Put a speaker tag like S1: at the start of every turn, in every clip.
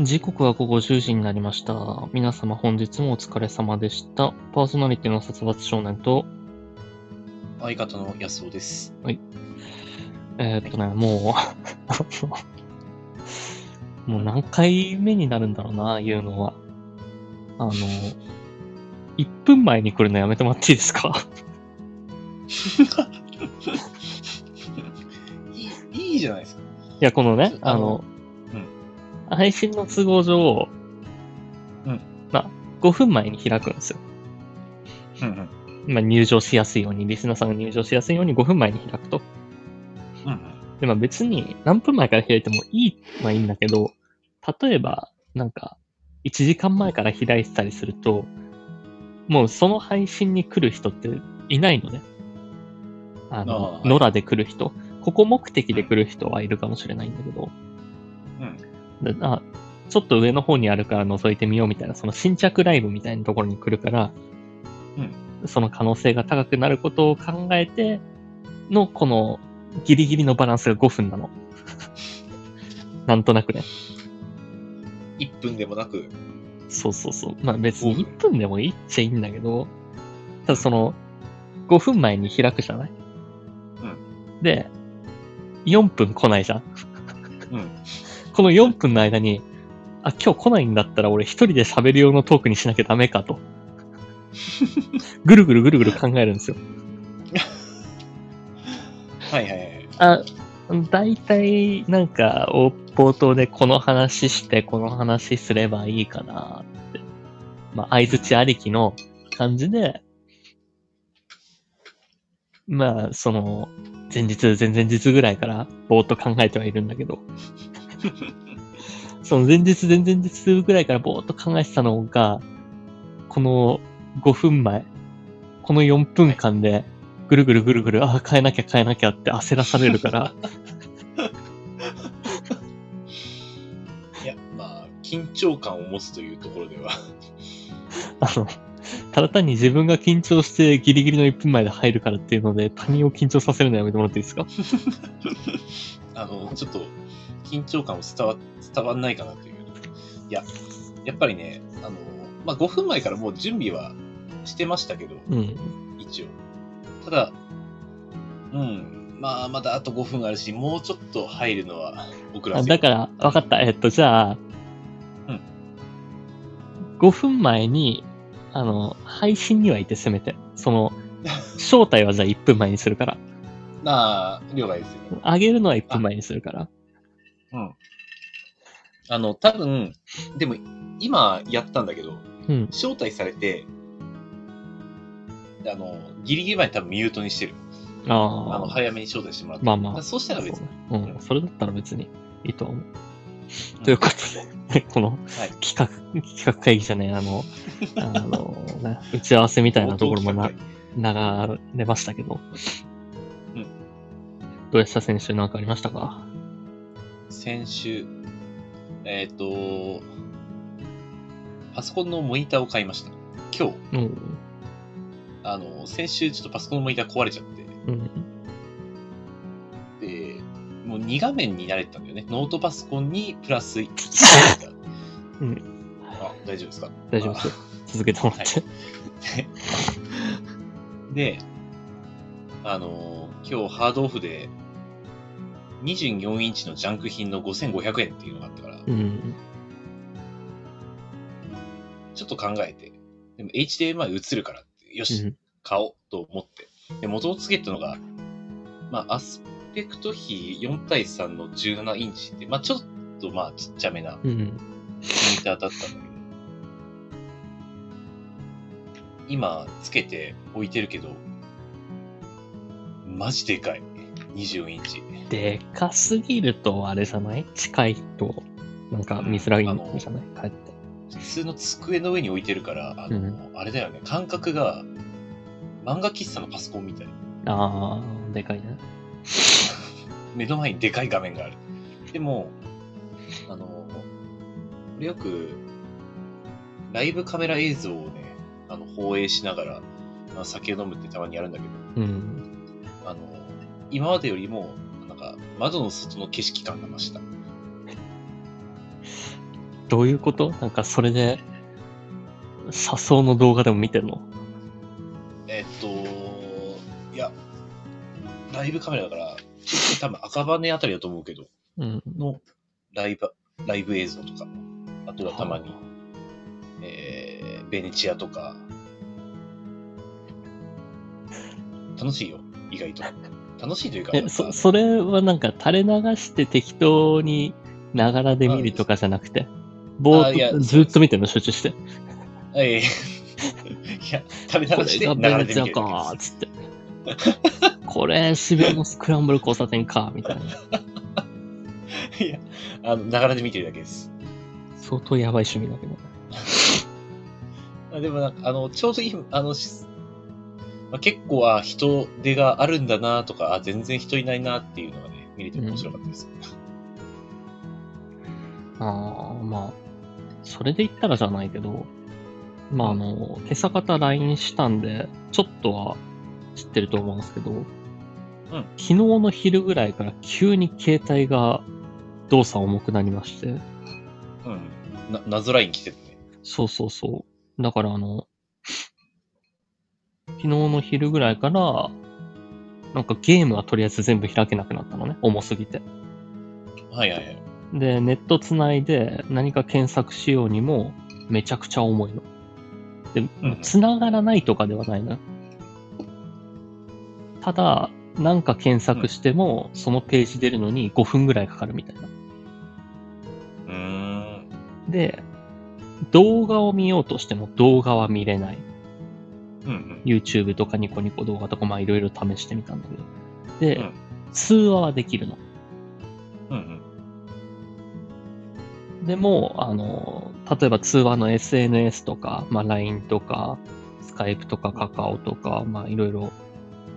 S1: 時刻は午後10時になりました。皆様本日もお疲れ様でした。パーソナリティの殺伐少年と、
S2: 相方の安尾です。
S1: えーっとね、もう、 もう何回目になるんだろうな、言うのは。あの、1分前に来るのやめてもらっていいですか
S2: いい、いいじゃないですか。
S1: いや、このね、あ
S2: あ
S1: の
S2: の、うん
S1: 配信の都合上、
S2: うん
S1: まあ、5分前に開くんですよ。
S2: うんうん。
S1: まあ、入場しやすいように、リスナーさんが入場しやすいように5分前に開くと。
S2: うんうん。
S1: で、まあ別に何分前から開いてもいいのはいいんだけど、例えば、なんか、1時間前から開いてたりすると、もうその配信に来る人っていないのね。あ
S2: ああは
S1: の、
S2: い
S1: 野良で来る人。ここ目的で来る人はいるかもしれないんだけど、であ、ちょっと上の方にあるから覗いてみようみたいな、その新着ライブみたいなところに来るから、その可能性が高くなることを考えての、このギリギリのバランスが5分なの。 なんとなくね。
S2: 1分でもなく、
S1: そうそうそう。まあ別
S2: 5
S1: に
S2: 分
S1: 1分でもいいっちゃいいんだけど、ただその、5分前に開くじゃないで、4分来ないじゃん。
S2: うん。
S1: この4分の間に、あ、今日来ないんだったら俺一人で喋る用のトークにしなきゃダメかと。ぐるぐるぐるぐる考えるんですよ。
S2: はいはいはい。
S1: あ、大体なんかお冒頭でこの話してこの話すればいいかなって。まあ、相槌ありきの感じで、まあ、その、前日、前々日ぐらいからぼーっと考えてはいるんだけど、その前日、前々日ぐらいからぼーっと考えてたのが、この5分前、この4分間で、ぐるぐるぐるぐる、ああ、変えなきゃ変えなきゃって焦らされる から、
S2: いや、まあ、緊張感を持つというところでは。
S1: あの、ただ単に自分が緊張してギリギリの1分前で入るからっていうので、他人を緊張させるのやめてもらっていいですか
S2: あの、ちょっと、緊張感を伝わ、伝わんないかなという。いや、やっぱりね、あの、まあ5分前からもう準備はしてましたけど、
S1: うん。
S2: 一応。ただ、うん、まあまだあと5分あるし、もうちょっと入るのは遅ら
S1: あ
S2: せ
S1: だから、わかった。えっと、じゃあ、
S2: うん
S1: 5分前に、あの、配信にはいて、せめて。その、正体はじゃあ1分前にするから。
S2: なあ、了解ですよ。
S1: 上げるのは1分前にするから。
S2: うん。あの、多分、でも、今やったんだけど、
S1: うん。
S2: 招待されて、あの、ギリギリまで多分ミュートにしてる。あの、
S1: ああ。
S2: 早めに招待してもらった。
S1: まあまあ
S2: だそうしたら別に。
S1: そうねうん。それだったら別にいいと思う。ということで、この
S2: はい
S1: 企画、企画会議じゃねえ、あ の、あの、ね、打ち合わせみたいなところもな
S2: 冒頭企
S1: 流れましたけど。
S2: うん
S1: どうでした選手なんかありましたか
S2: 画先週、えっ、と、パソコンのモニターを買いました。今日、
S1: うん。
S2: あの、先週ちょっとパソコンのモニター壊れちゃって、
S1: うん。
S2: で、もう2画面に慣れてたんだよね。ノートパソコンにプラス1画面だ。
S1: う
S2: あ、大丈夫ですか
S1: 大丈夫ですよ。続けてもらって。
S2: で、あのー今日ハードオフで24インチのジャンク品の5500円っていうのがあったから、
S1: うん。
S2: ちょっと考えて、でも HDMI 映るからって、よ
S1: う
S2: し、
S1: ん。
S2: 買おうと思って。で、元をつけたのが、まあ、アスペクト比4対3の17インチって、まあ、ちょっとまあ、ちっちゃめなモ
S1: うん。
S2: ニターだったんだけど、今、つけて置いてるけど、マジでかい。24インチ。
S1: でかすぎると、あれじゃない近いと、なんか見づらいんじゃない帰って。
S2: 普通の机の上に置いてるから、あの、
S1: うん
S2: あれだよね、感覚が、漫画喫茶のパソコンみたい。
S1: ああ、でかいね。
S2: 目の前にでかい画面がある。でも、あの、俺よく、ライブカメラ映像をね、あの、放映しながら、まあ酒を飲むってたまにやるんだけど、
S1: うん。
S2: あの、今までよりも、なんか、窓の外の景色感が増した。
S1: どういうことなんかそれで、誘うの動画でも見てんの
S2: えっと、いや、ライブカメラだから、多分赤羽あたりだと思うけど、
S1: うん。
S2: のライブ、ライブ映像とか、あとはたまに、えー、ベネチアとか、楽しいよ、意外と。楽しいというか、
S1: え、そ、それはなんか垂れ流して適当にながらで見るとかじゃなくて、ぼ
S2: あい
S1: ーっ
S2: や
S1: とずっと見てんの集中して。
S2: はい。いや、食べ
S1: こ
S2: 流し
S1: れ
S2: て
S1: が
S2: 流れ
S1: ベ
S2: て
S1: ネ
S2: み
S1: チ
S2: る
S1: ア
S2: だけ
S1: か
S2: です
S1: ーっつって。 これ、渋谷のスクランブル交差点かみたいな。
S2: いや、あの、流れで見てるだけです。
S1: 相当やばい趣味だけど。
S2: あでもなんか、あの、ちょうどいい、あの、しまあ、結構、あ、人手があるんだなとか、あ、全然人いないなっていうのがね、見れて面白かったです。
S1: ああ、まあ、それで言ったらじゃないけど、まああの、今朝方 LINE したんで、ちょっとは知ってると思うんですけど、昨日の昼ぐらいから急に携帯が動作重くなりまして、
S2: うん。な、謎ライン来てるね。
S1: そうそうそう。だからあの、昨日の昼ぐらいから、なんかゲームはとりあえず全部開けなくなったのね、重すぎて。
S2: はいはいはい。
S1: で、ネットつないで何か検索しようにもめちゃくちゃ重いの。で
S2: うん、
S1: つながらないとかではないのよ。ただ、なんか検索しても、そのページ出るのに5分ぐらいかかるみたいな。
S2: うーん。
S1: で、動画を見ようとしても動画は見れない。
S2: うんうん。
S1: YouTube とかニコニコ動画とかまあいろいろ試してみたんだけど。で、
S2: うん
S1: 通話はできるの。
S2: うん
S1: でも、あの、例えば通話の SNS とか、まあ、LINE とか、Skype とか、カカオとか、まあ、いろいろ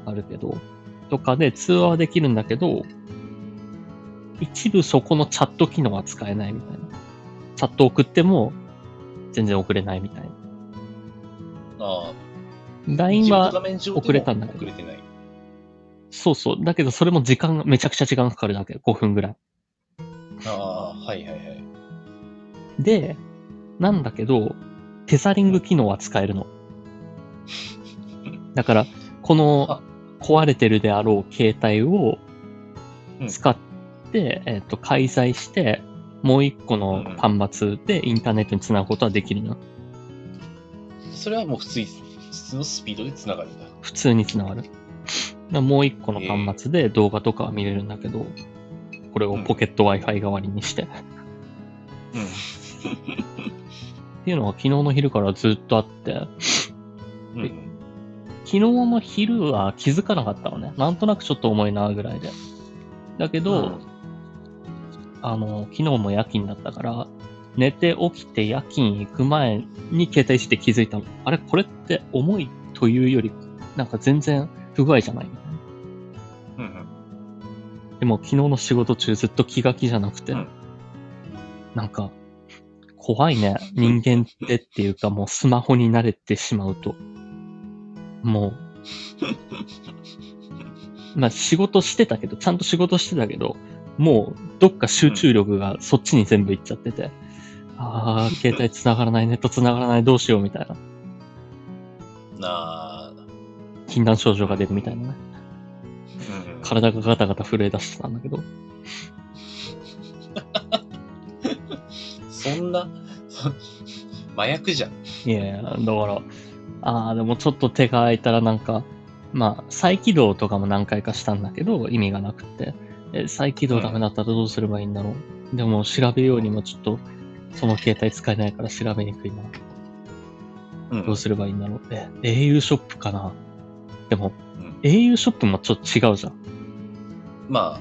S1: あるけど、とかで通話はできるんだけど、一部そこのチャット機能は使えないみたいな。チャット送っても全然送れないみたいな。
S2: うん。ああ。
S1: LINE
S2: 一応画
S1: は、
S2: 面上でも
S1: 遅れたんだけど
S2: 遅れてない。
S1: そうそう。だけどそれも時間が、めちゃくちゃ時間かかるだけ。5分ぐらい。
S2: ああ、はいはいはい。
S1: で、なんだけど、テザリング機能は使える の。だから、この
S2: あ
S1: 壊れてるであろう携帯を
S2: うん
S1: 使って、えっと、介在して、もう一個の端末でインターネットにつなぐことはできるな。
S2: それはもう普通に、普通のスピードで繋がるんだ。
S1: 普通につながる。だからもう一個の端末で動画とかは見れるんだけど、これをポケット Wi-Fi 代わりにして。
S2: うん。
S1: っていうのは昨日の昼からずっとあって、
S2: うんうん。
S1: 昨日の昼は気づかなかったのね。なんとなくちょっと重いなぐらいで。だけど、あの、昨日も夜勤だったから、寝て起きて夜勤行く前に携帯して気づいたの。あれこれって重いというより、なんか全然不具合じゃないみたいな。
S2: うんうん。
S1: でも昨日の仕事中ずっと気が気じゃなくて、
S2: うん
S1: なんか、怖いね。人間ってっていうかもうスマホに慣れてしまうと。もう、まあ仕事してたけど、ちゃんと仕事してたけど、もうどっか集中力がそっちに全部いっちゃってて、ああ、携帯繋がらない、ネット繋がらない、どうしようみたいな、
S2: なあ。
S1: 禁断症状が出るみたいなね。
S2: うんうん。
S1: 体がガタガタ震え出してたんだけど、
S2: そんな、 そ麻薬じゃん。
S1: いやいや、だから、ああ、でもちょっと手が空いたらなんか、まあ、再起動とかも何回かしたんだけど、意味がなくて。え再起動ダメだったらどうすればいいんだろう。でも、調べようにもちょっと、その携帯使えないから調べにくいな。
S2: うん
S1: どうすればいいんだろう。え、au ショップかなでも、
S2: うん、
S1: au ショップもちょっと違うじゃん。
S2: ま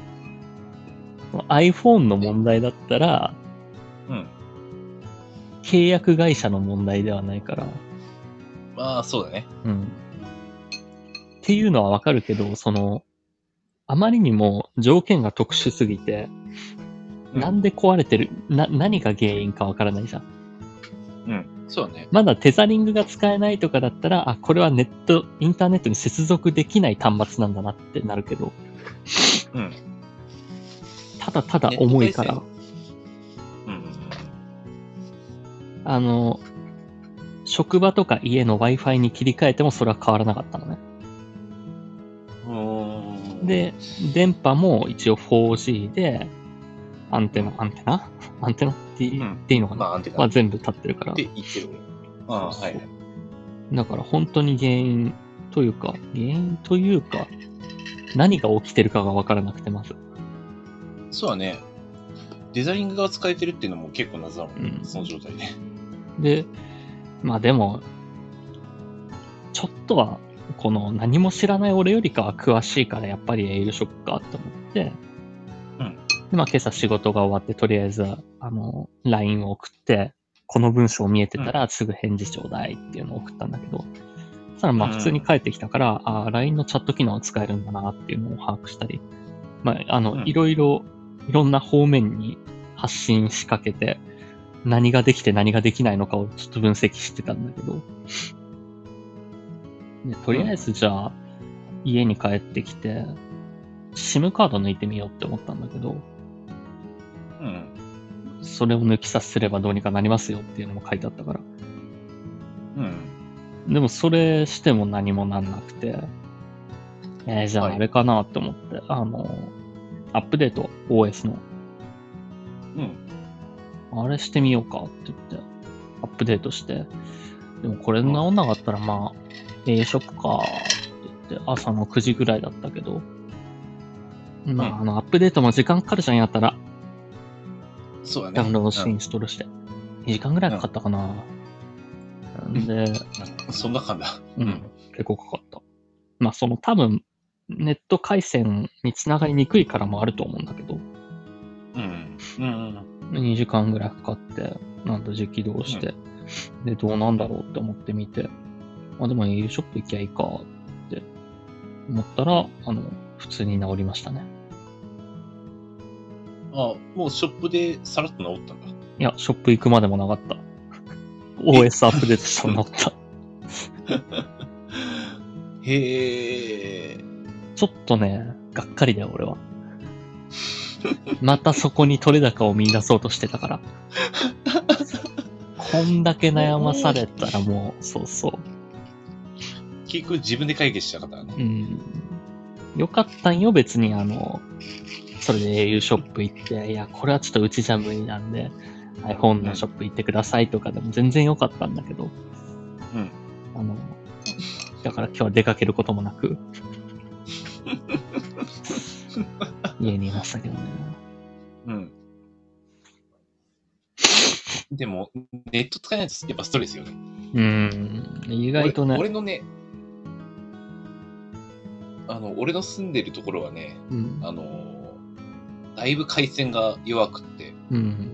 S1: iPhone の問題だったら、
S2: あ、うん。
S1: 契約会社の問題ではないから。
S2: まあ、そうだね。
S1: うん。っていうのはわかるけど、その、あまりにも条件が特殊すぎて、
S2: うん
S1: なんで壊れてる、な、何が原因かわからないじゃん。
S2: うん。そうだね。
S1: まだテザリングが使えないとかだったら、あ、これはネット、インターネットに接続できない端末なんだなってなるけど、
S2: うん。
S1: ただただ重いから
S2: ネット、うんうん
S1: あの、職場とか家の Wi-Fi に切り替えてもそれは変わらなかったのね。
S2: うーん、
S1: で、電波も一応 4G で、アンテナ、アンテナアンテナってい,、
S2: うん
S1: っていいのかな、
S2: まあ、アンテナ
S1: まあ、
S2: って
S1: 全部立ってるから。
S2: 言ってる俺。ああ、
S1: そう
S2: はいはい。
S1: だから本当に原因というか、原因というか、何が起きてるかが分からなくて、まず。
S2: そうだね。デザインが使えてるっていうのも結構謎だもんね、
S1: うん
S2: その状態で。
S1: で、まあでも、ちょっとは、この何も知らない俺よりかは詳しいから、やっぱりエールショックかと思って、
S2: うん
S1: で、まあ今朝仕事が終わって、とりあえず、あの、LINE を送って、この文章見えてたらすぐ返事ちょうだいっていうのを送ったんだけど、そしたらまあ
S2: うん
S1: 普通に帰ってきたから、ああ、LINE のチャット機能を使えるんだなっていうのを把握したり、まあ、あの、
S2: うん
S1: いろいろ、いろんな方面に発信しかけて、何ができて何ができないのかをちょっと分析してたんだけど、でとりあえずじゃあ、家に帰ってきて、SIM カード抜いてみようって思ったんだけど、
S2: うん。
S1: それを抜きさせればどうにかなりますよっていうのも書いてあったから。
S2: うん。
S1: でもそれしても何もなんなくて、えーじゃ
S2: は
S1: あ
S2: い
S1: あれかなって思って、あの、アップデート OS の、
S2: うん。
S1: あれしてみようかって言って、アップデートして、でもこれ治んなかったらまあ、A ショックかって言って、朝の9時ぐらいだったけど、ま
S2: う
S1: あ、あの、アップデートも時間かかるじゃんやったら、
S2: そうだね。
S1: ダウンロードしてイ
S2: うん
S1: ンストールして。2時間ぐらいかかったかな。なんで、
S2: そんな感だ。
S1: うん。結構かかった。まあ、その多分、ネット回線につながりにくいからもあると思うんだけど、
S2: うん。うん。
S1: 2時間ぐらいかかって、なんと実起動して、で、どうなんだろうって思ってみて、あ、でも au ショップ行きゃいいかって思ったら、あの、普通に治りましたね。
S2: あ、もうショップでさらっと治ったんだ。
S1: いや、ショップ行くまでもなか った。OS アップデートしたの治った。
S2: へえ。
S1: ちょっとね、がっかりだよ、俺は。またそこに取れ高を見出そうとしてた から。こんだけ悩まされたらもう、そうそ
S2: 結局自分で解決したからね
S1: う。う。ん。よかったんよ、別にあの、それで au ショップ行って、いや、これはちょっとうちじゃ無理なんで、iPhone のショップ行ってくださいとかでも全然よかったんだけど、
S2: うん。
S1: あの、だから今日は出かけることもな く、家にいましたけどね。
S2: うん。でも、ネット使えないとやっぱストレスよね。
S1: うーん、意外とね、
S2: 俺俺のね、あの、俺の住んでるところはね、
S1: うん、
S2: あの、だいぶ回線が弱くって、
S1: うん。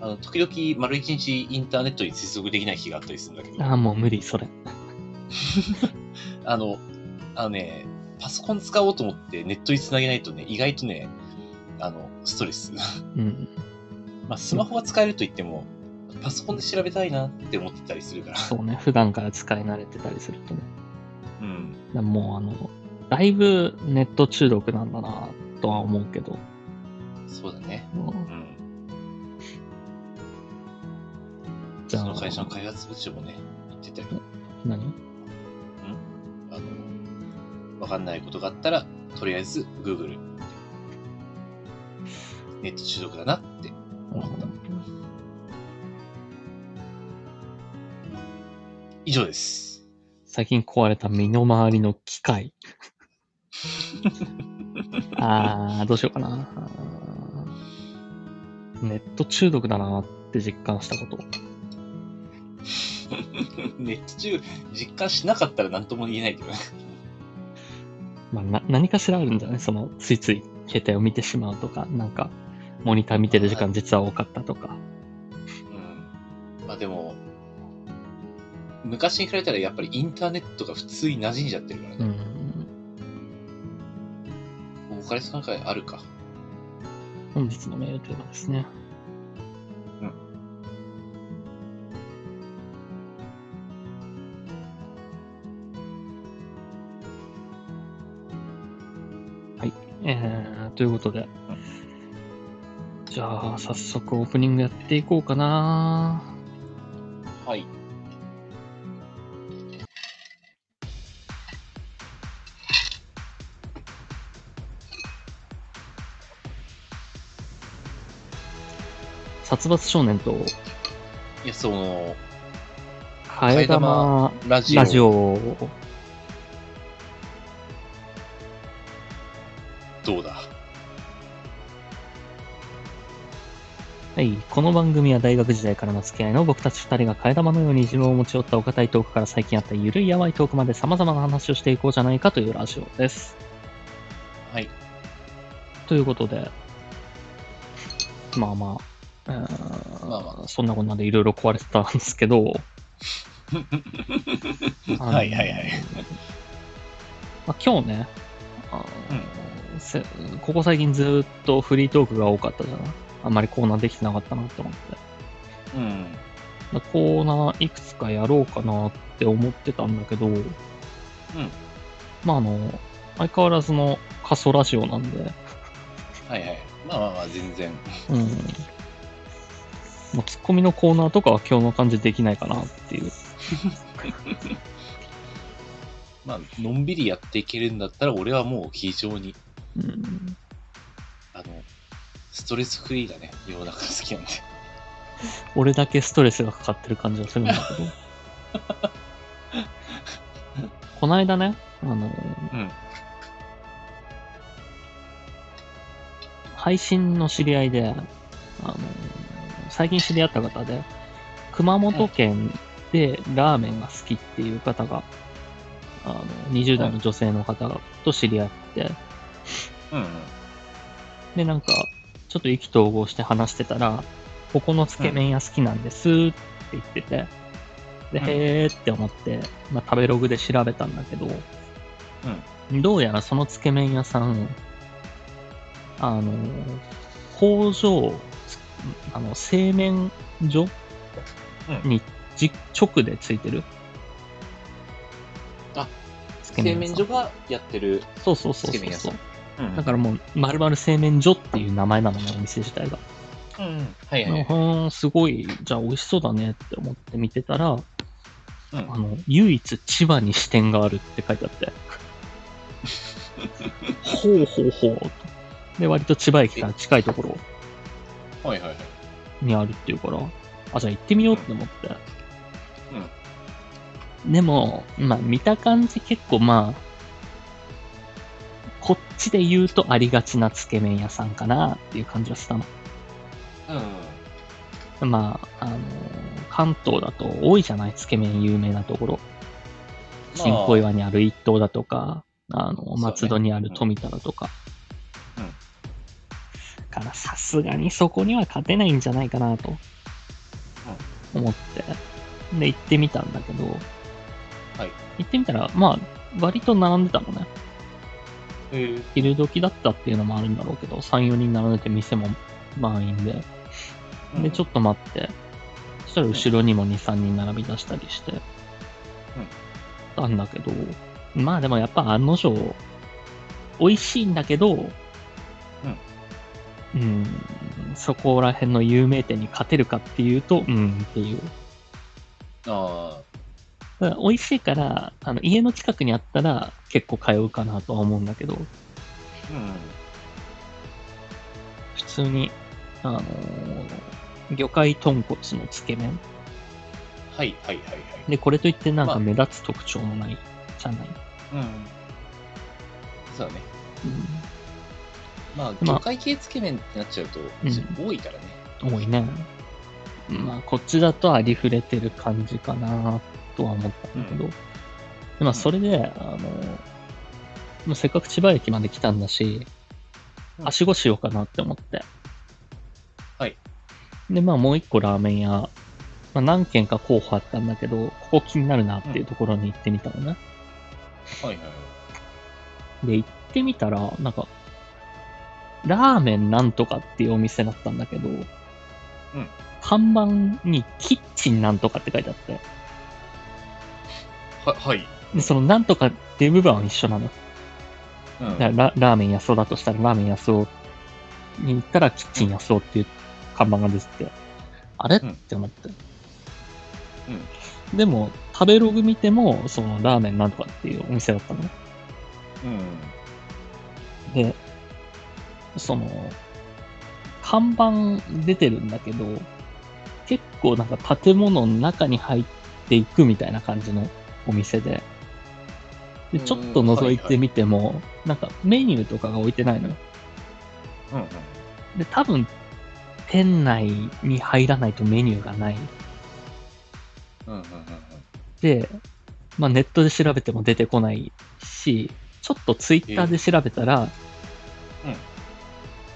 S2: あの、時々丸一日インターネットに接続できない日があったりするんだけど、
S1: ああ、もう無理、それ。
S2: あの、あのね、パソコン使おうと思ってネットにつなげないとね、意外とね、あの、ストレス。
S1: うん、
S2: まあ、スマホは使えると言っても、パソコンで調べたいなって思ってたりするから。
S1: そうね、普段から使い慣れてたりするとね。
S2: うん。
S1: でももう、あの、だいぶネット中毒なんだな、とは思うけど。
S2: そうだね。
S1: もう
S2: うん。
S1: じゃあ
S2: その会社の開発部長もね、言ってたよ。
S1: 何
S2: あの、わかんないことがあったら、とりあえず Google。ネット中毒だなって。以上です。
S1: 最近壊れた身の回りの機械。あー、どうしようかな。ネット中毒だなって実感したこと。
S2: ネット中、実感しなかったら何とも言えないけどね。
S1: まあ、な何かしらあるんじゃないその、ついつい携帯を見てしまうとか、なんか、モニター見てる時間実は多かったとか。
S2: うん。まあでも、昔に比べたらやっぱりインターネットが普通に馴染んじゃってるから
S1: う
S2: ね。
S1: ん。
S2: お金さん会あるか。
S1: 本日のメールテーマですね。はい。えー、ということで。じゃあ、早速オープニングやっていこうかな。
S2: はい。
S1: 殺伐少年と、
S2: いや、その、
S1: 替え玉
S2: ラジオ。
S1: ラジオ、
S2: どうだ
S1: はい。この番組は大学時代からの付き合いの僕たち二人が替え玉のように自分を持ち寄ったお堅いトークから最近あったゆるいやばいトークまで様々な話をしていこうじゃないかというラジオです。
S2: はい。
S1: ということで、まあまあ、うーん
S2: まあま
S1: そんなこんなでいろいろ壊れてたんですけ ど、あの
S2: はいはいはい。
S1: まあ、今日ね、あのせここ最近ずっとフリートークが多かったじゃないあんまりコーナーできてなかったなって思って。
S2: うん。
S1: だコーナーいくつかやろうかなって思ってたんだけど、うん。まああの、相変わらずの仮想ラジオなんで、
S2: はいはい。まあまあまあ、全然。
S1: うん。もうツッコミのコーナーとかは今日の感じできないかなっていう。
S2: まあ、のんびりやっていけるんだったら、俺はもう非常に、
S1: うん。
S2: あの、ストレスフリーだね。世の中好きなんで。
S1: 俺だけストレスがかかってる感じがするんだけ ど。こないだね、あの、
S2: うん。
S1: 配信の知り合いで、あの最近知り合った方で、熊本県でラーメンが好きっていう方が、あの20代の女性の方と知り合って、
S2: うん、
S1: で、なんか、ちょっと意気投合して話してたら、ここのつけ麺屋好きなんですって言ってて、で、
S2: うん
S1: へーって思って、まあ、食べログで調べたんだけど、どうやらそのつけ麺屋さん、あの、工場、つあの、製麺所、
S2: うん
S1: にじ直でついてる。
S2: あ、
S1: つけ麺
S2: 製
S1: 屋
S2: 麺
S1: さん
S2: 所がやってる。
S1: そうそうそう
S2: つ
S1: そ
S2: け
S1: う
S2: 麺屋
S1: そ
S2: さ
S1: う。
S2: うん
S1: だからもう、まるまる製麺所っていう名前なのね、お店自体が。
S2: ら、うん。はいは
S1: う
S2: いはい。
S1: ん、すごい、じゃあ美味しそうだねって思って見てたら、
S2: うん
S1: あの、唯一千葉に支店があるって書いてあって。ほうほうほうと。で、割と千葉駅から近いところ
S2: はいはいはい。
S1: にあるっていうから、あ、じゃあ行ってみようって思って。でも、まあ見た感じ結構まあ、こっちで言うとありがちなつけ麺屋さんかなっていう感じはしたの。
S2: うん。
S1: まあ、あの関東だと多いじゃないつけ麺有名なところ。新小岩にある一棟だとか、あ
S2: そう
S1: の、
S2: ね
S1: 松戸にある富田だとか。
S2: うん
S1: から、さすがにそこには勝てないんじゃないかなと、思って。で、行ってみたんだけど、
S2: はい
S1: 行ってみたら、まあ、割と並んでたのね。
S2: えー、
S1: 昼時だったっていうのもあるんだろうけど、3、4人並んでて店も満員で。で、ちょ
S2: っ
S1: っと待って、そしたら後ろにも2、3人並び出したりして、たんだけど、まあでもやっぱ案の定、美味しいんだけど、うん、そこら辺の有名店に勝てるかっていうと、うんっていう。
S2: と。あ
S1: だから美味しいから、あの家の近くにあったら結構通うかなとは思うんだけど、
S2: あ、うん。
S1: 普通に、あのー魚介豚骨のつけ麺。
S2: はいはいはいはい。
S1: で、これといってなん
S2: ま
S1: か
S2: あ
S1: 目立つ特徴もないじゃない。
S2: うん。そうだね。
S1: うん
S2: ま
S1: ま
S2: あ、
S1: あ
S2: 魚介系つけ麺ってなっちゃうと、
S1: ん
S2: 多いからね。
S1: 多いね。まあ、こっちだとありふれてる感じかなとは思ったんだけど。でまあ、それで、あの、もうせっかく千葉駅まで来たんだし、
S2: うん
S1: はしごしようかなって思って。
S2: はい。
S1: で、まあ、もう一個ラーメン屋、まあ、何軒か候補あったんだけど、ここ気になるなっていうところに行ってみたのね。
S2: はいはいはい。
S1: で、行ってみたら、なんか、ラーメンなんとかっていうお店だったんだけど、看板にキッチンなんとかって書いてあって、
S2: は、はい。
S1: でそのなんとかっていう部分は一緒なの。
S2: う
S1: だか
S2: ん。
S1: らララーメン安男だとしたら、ラーメン安男に行ったらキッチン安男っていう看板が出てて、あれっ
S2: うん
S1: て思って。でも、食べログ見ても、そのラーメンなんとかっていうお店だったのね。
S2: うん。
S1: で、その、看板出てるんだけど、結構なんか建物の中に入っていくみたいな感じのお店で、で
S2: うん
S1: ちょっと覗いてみても、なんかメニューとかが置いてないのよ。
S2: うん。うん。
S1: で、多分、店内に入らないとメニューがない。
S2: うん。うん。
S1: で、まあ、ネットで調べても出てこないし、ちょっとツイッターで調べたら、
S2: ええうん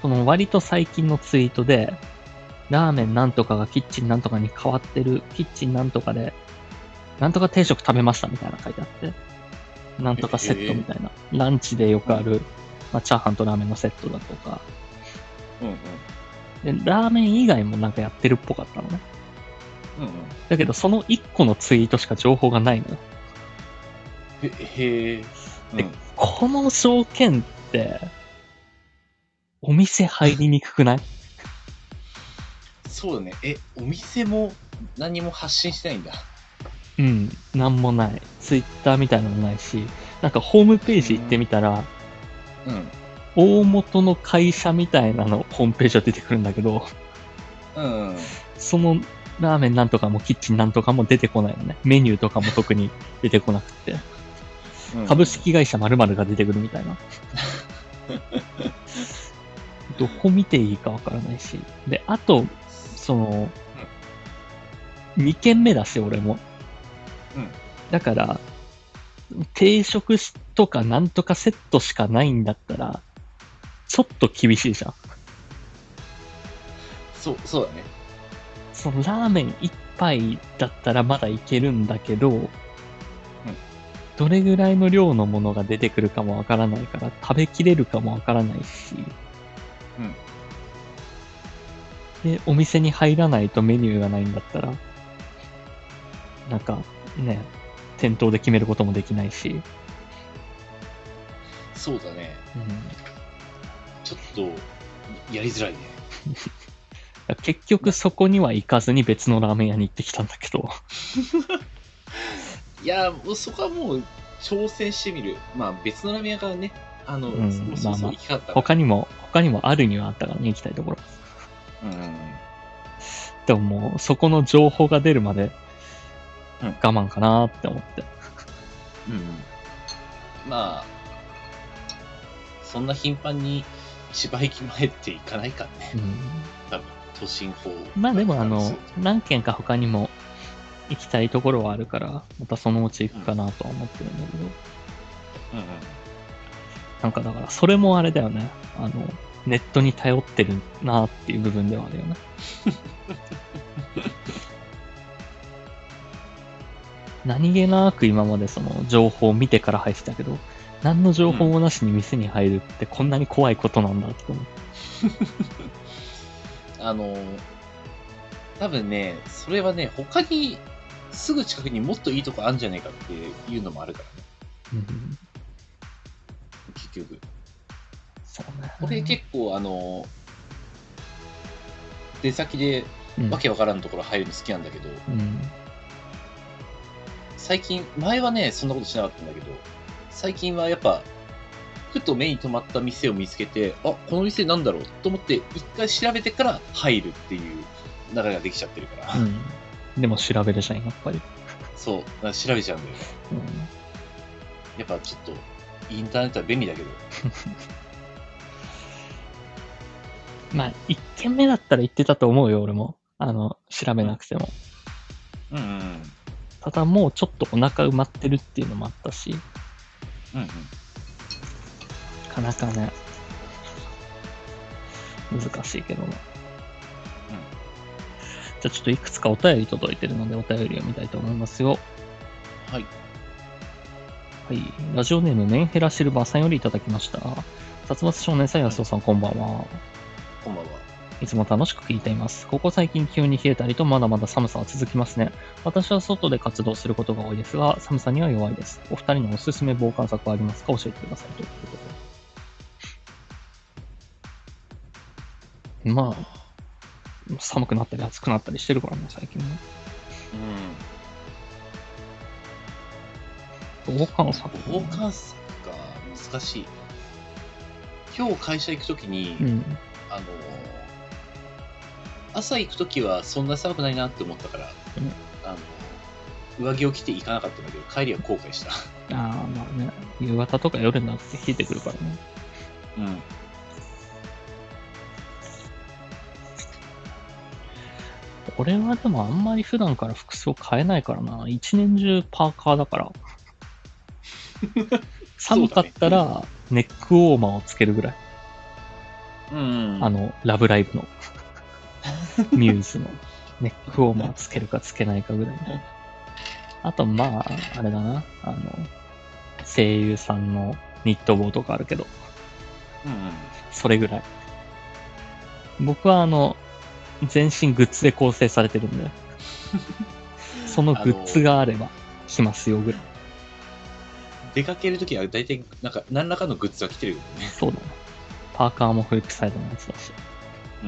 S1: その割と最近のツイートで、ラーメンなんとかがキッチンなんとかに変わってる、キッチンなんとかで、なんとか定食食べましたみたいな書いてあって、なんとかセットみたいな、ランチでよくある、まあ、チャーハンとラーメンのセットだとか、
S2: うん。
S1: でラーメン以外もなんかやってるっぽかったのね。
S2: うん。うん。
S1: だけど、その1個のツイートしか情報がないのよ。
S2: へ、へえ。
S1: でこの条件って、お店入りにくくない
S2: そうだね。え、お店も何も発信してないんだ。
S1: うん、なんもない。ツイッターみたいなのもないし、なんかホームページ行ってみたら、
S2: うん。
S1: 大元の会社みたいなのホームページが出てくるんだけど、
S2: うん。
S1: そのラーメンなんとかもキッチンなんとかも出てこないのね。メニューとかも特に出てこなくて。
S2: うん
S1: 株。式会社〇〇が出てくるみ たいな。どこ見ていいかわからないし。で、あと、その、2軒目だし、俺も。
S2: うん
S1: だから、定食しとかなんとかセットしかないんだったら、ちょっと厳しいじゃん。
S2: そう、そうだね。
S1: そのラーメン1杯だったらまだいけるんだけど、どれぐらいの量のものが出てくるかもわからないから、食べきれるかもわからないし、で、お店に入らないとメニューがないんだったら、なんかね、店頭で決めることもできないし、
S2: そうだね。
S1: うん
S2: ちょっと、やりづらいね。
S1: だから結局そこには行かずに別のラーメン屋に行ってきたんだけど、
S2: いや、もうそこはもう、挑戦してみる。まあ、別のラーメン屋がね、あの、
S1: うん
S2: そもそ
S1: ま
S2: も
S1: あまあ
S2: 行き方が。
S1: 他にも、他にもあるにはあったからね、行きたいところ。
S2: うんうんうん。
S1: でももう、そこの情報が出るまで、
S2: うん
S1: 我慢かなーって思って。
S2: うんうん。まあ、そんな頻繁に千葉駅前って行かないからね。多分、都心方。
S1: まあでも、あ
S2: そ
S1: の
S2: う、
S1: 何軒か他にも行きたいところはあるから、またそのうち行くかなとは思ってるんだけど、
S2: うんうん。
S1: なんかだから、それもあれだよね。あの、ネットに頼ってるなーっていう部分ではある よね。何気なく今までその情報を見てから入ってたけど、何の情報もなしに店に入るってこんなに怖いことなんだって思って
S2: あの、多分ね、それはね、他に、すぐ近くにもっといいとこあるんじゃないかっていうのもあるからね、
S1: うん
S2: 結局。
S1: そうね。
S2: これ結構、あの、出先で
S1: うん
S2: わけわからんところ入るの好きなんだけど、
S1: うん。
S2: 最近、前はね、そんなことしなかったんだけど、最近はやっぱ、ふと目に留まった店を見つけて、あ、この店なんだろうと思って、一回調べてから入るっていう流れができちゃってるから、
S1: うん。でも調べるじゃん、やっぱり。
S2: そう、だから調べちゃうんだよね。
S1: うん
S2: やっぱちょっと、インターネットは便利だけど、
S1: まあ、一軒目だったら行ってたと思うよ、俺も。あの、調べなくても。
S2: うんうんうん。
S1: ただもうちょっとお腹埋まってるっていうのもあったし、
S2: うんうん。
S1: なかなかね、難しいけども。じゃあちょっといくつかお便り届いてるので、お便りを見たいと思いますよ。
S2: はい。
S1: はい。ラジオネーム、メンヘラシルバーさんよりいただきました。殺伐少年さん、安尾さん、こんばんは。
S2: こんばんは。
S1: いつも楽しく聞いています。ここ最近急に冷えたりとまだまだ寒さは続きますね。私は外で活動することが多いですが、寒さには弱いです。お二人のおすすめ防寒策はありますか教えてください。ということで。まあ、寒くなったり暑くなったりしてるからね、最近ね。
S2: うん。
S1: 傍観策。
S2: 傍観策が難しい。今日会社行くときに、
S1: うん。
S2: あのー朝行くときはそんな寒くないなって思ったから、
S1: うん
S2: あの上着を着て行かなかったんだけど、帰りは後悔した。
S1: ああ、まあね。夕方とか夜になって冷えてくるからね。
S2: うん。
S1: 俺はでもあんまり普段から服装変えないからな。一年中パーカーだ から。寒かったらネックウォーマーをつけるぐらい。
S2: うん
S1: あの、ラブライブ の、ミューズのネックウォーマーつけるかつけないかぐらいね。あと、まあ、あれだな。あの、声優さんのニット帽とかあるけど、
S2: うん。
S1: それぐらい。僕はあの、全身グッズで構成されてるんで、そのグッズがあれば来ますよぐらい。
S2: 出かけるときは大体、なんか、何らかのグッズは着てるよね。
S1: そうだね。パーカーもフリックサイドのやつだし。
S2: う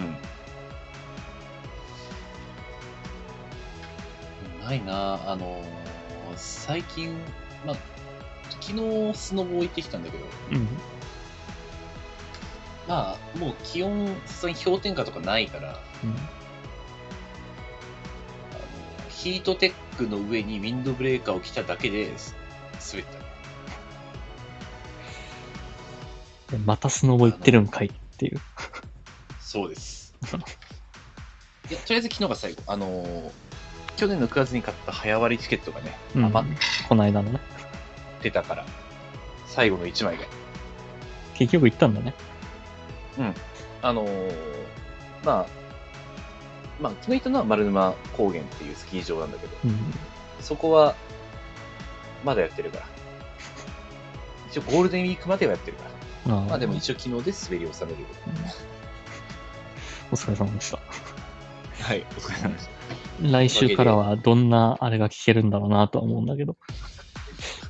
S2: ん。ないなあのー最近、まあ、昨日スノボ行ってきたんだけど、
S1: うん。
S2: まあ、もう気温、さすがに氷点下とかないから、あのヒートテックの上にウィンドブレーカーを着ただけです滑ったね。
S1: でまたスノボ行ってるんかいっていう。
S2: そうです。 いや、とりあえず昨日が最後。あのー去年の9月に買った早割りチケットがね、
S1: うん
S2: 余
S1: この間のね。
S2: ってたから、最後の1枚が。
S1: 結局行ったんだね。
S2: あのーまあ、まあ、昨日行ったのは丸沼高原っていうスキー場なんだけど、
S1: うん。
S2: そこは、まだやってるから。一応ゴールデンウィークまではやってるから。
S1: あ
S2: まあでも
S1: いい。
S2: 一応昨日で滑り収める。
S1: お疲れ様でした。
S2: はい、お疲れ様でした。
S1: 来週からはどんなあれが聞けるんだろうなとは思うんだけど。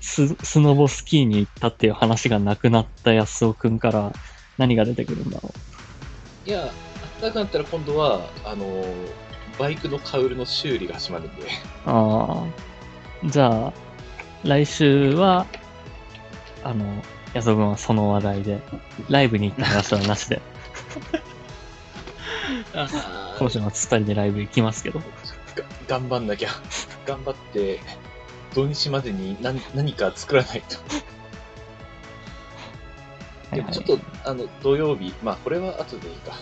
S1: ススノボスキーに行ったっていう話がなくなった安尾くんから何が出てくるんだろ
S2: いや、暖かくなったら今度は、あのーバイクのカウルの修理が始まるんで、
S1: う。ああ。じゃあ、来週は、あの、安尾くんはその話題で、ライブに行った話はなしで、今週末二人でライブ行きますけど。
S2: が頑張んなきゃ。頑張って、土日までに何何か作らないと。
S1: はい
S2: で
S1: は
S2: も
S1: い
S2: ちょっと、あの、土曜日、まあこれは後でいいか。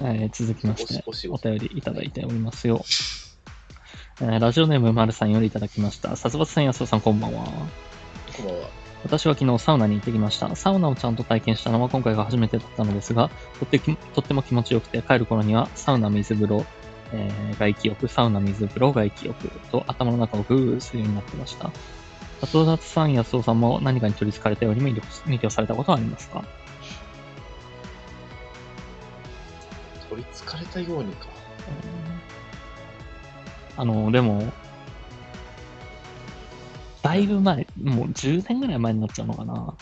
S1: えー続きまして、
S2: おお仕
S1: お
S2: 事
S1: 便りいただいておりますよ。えーラジオネームまるさんよりいただきました。殺伐さん、安尾さん、こんばんは。
S2: こんばんは。
S1: 私は昨日サウナに行ってきました。サウナをちゃんと体験したのは今回が初めてだったのですが、とってきとっても気持ちよくて、帰る頃にはサウナ水風呂、えー外気浴、サウナ水風呂、外気浴と頭の中をグーグーするようになってました。里達さん、安尾さんも何かに取り憑かれたように魅力魅了されたことはありますか
S2: 取りつかれたようにか。
S1: あの、でも、だいぶ前、もう10年ぐらい前になっちゃうのかな。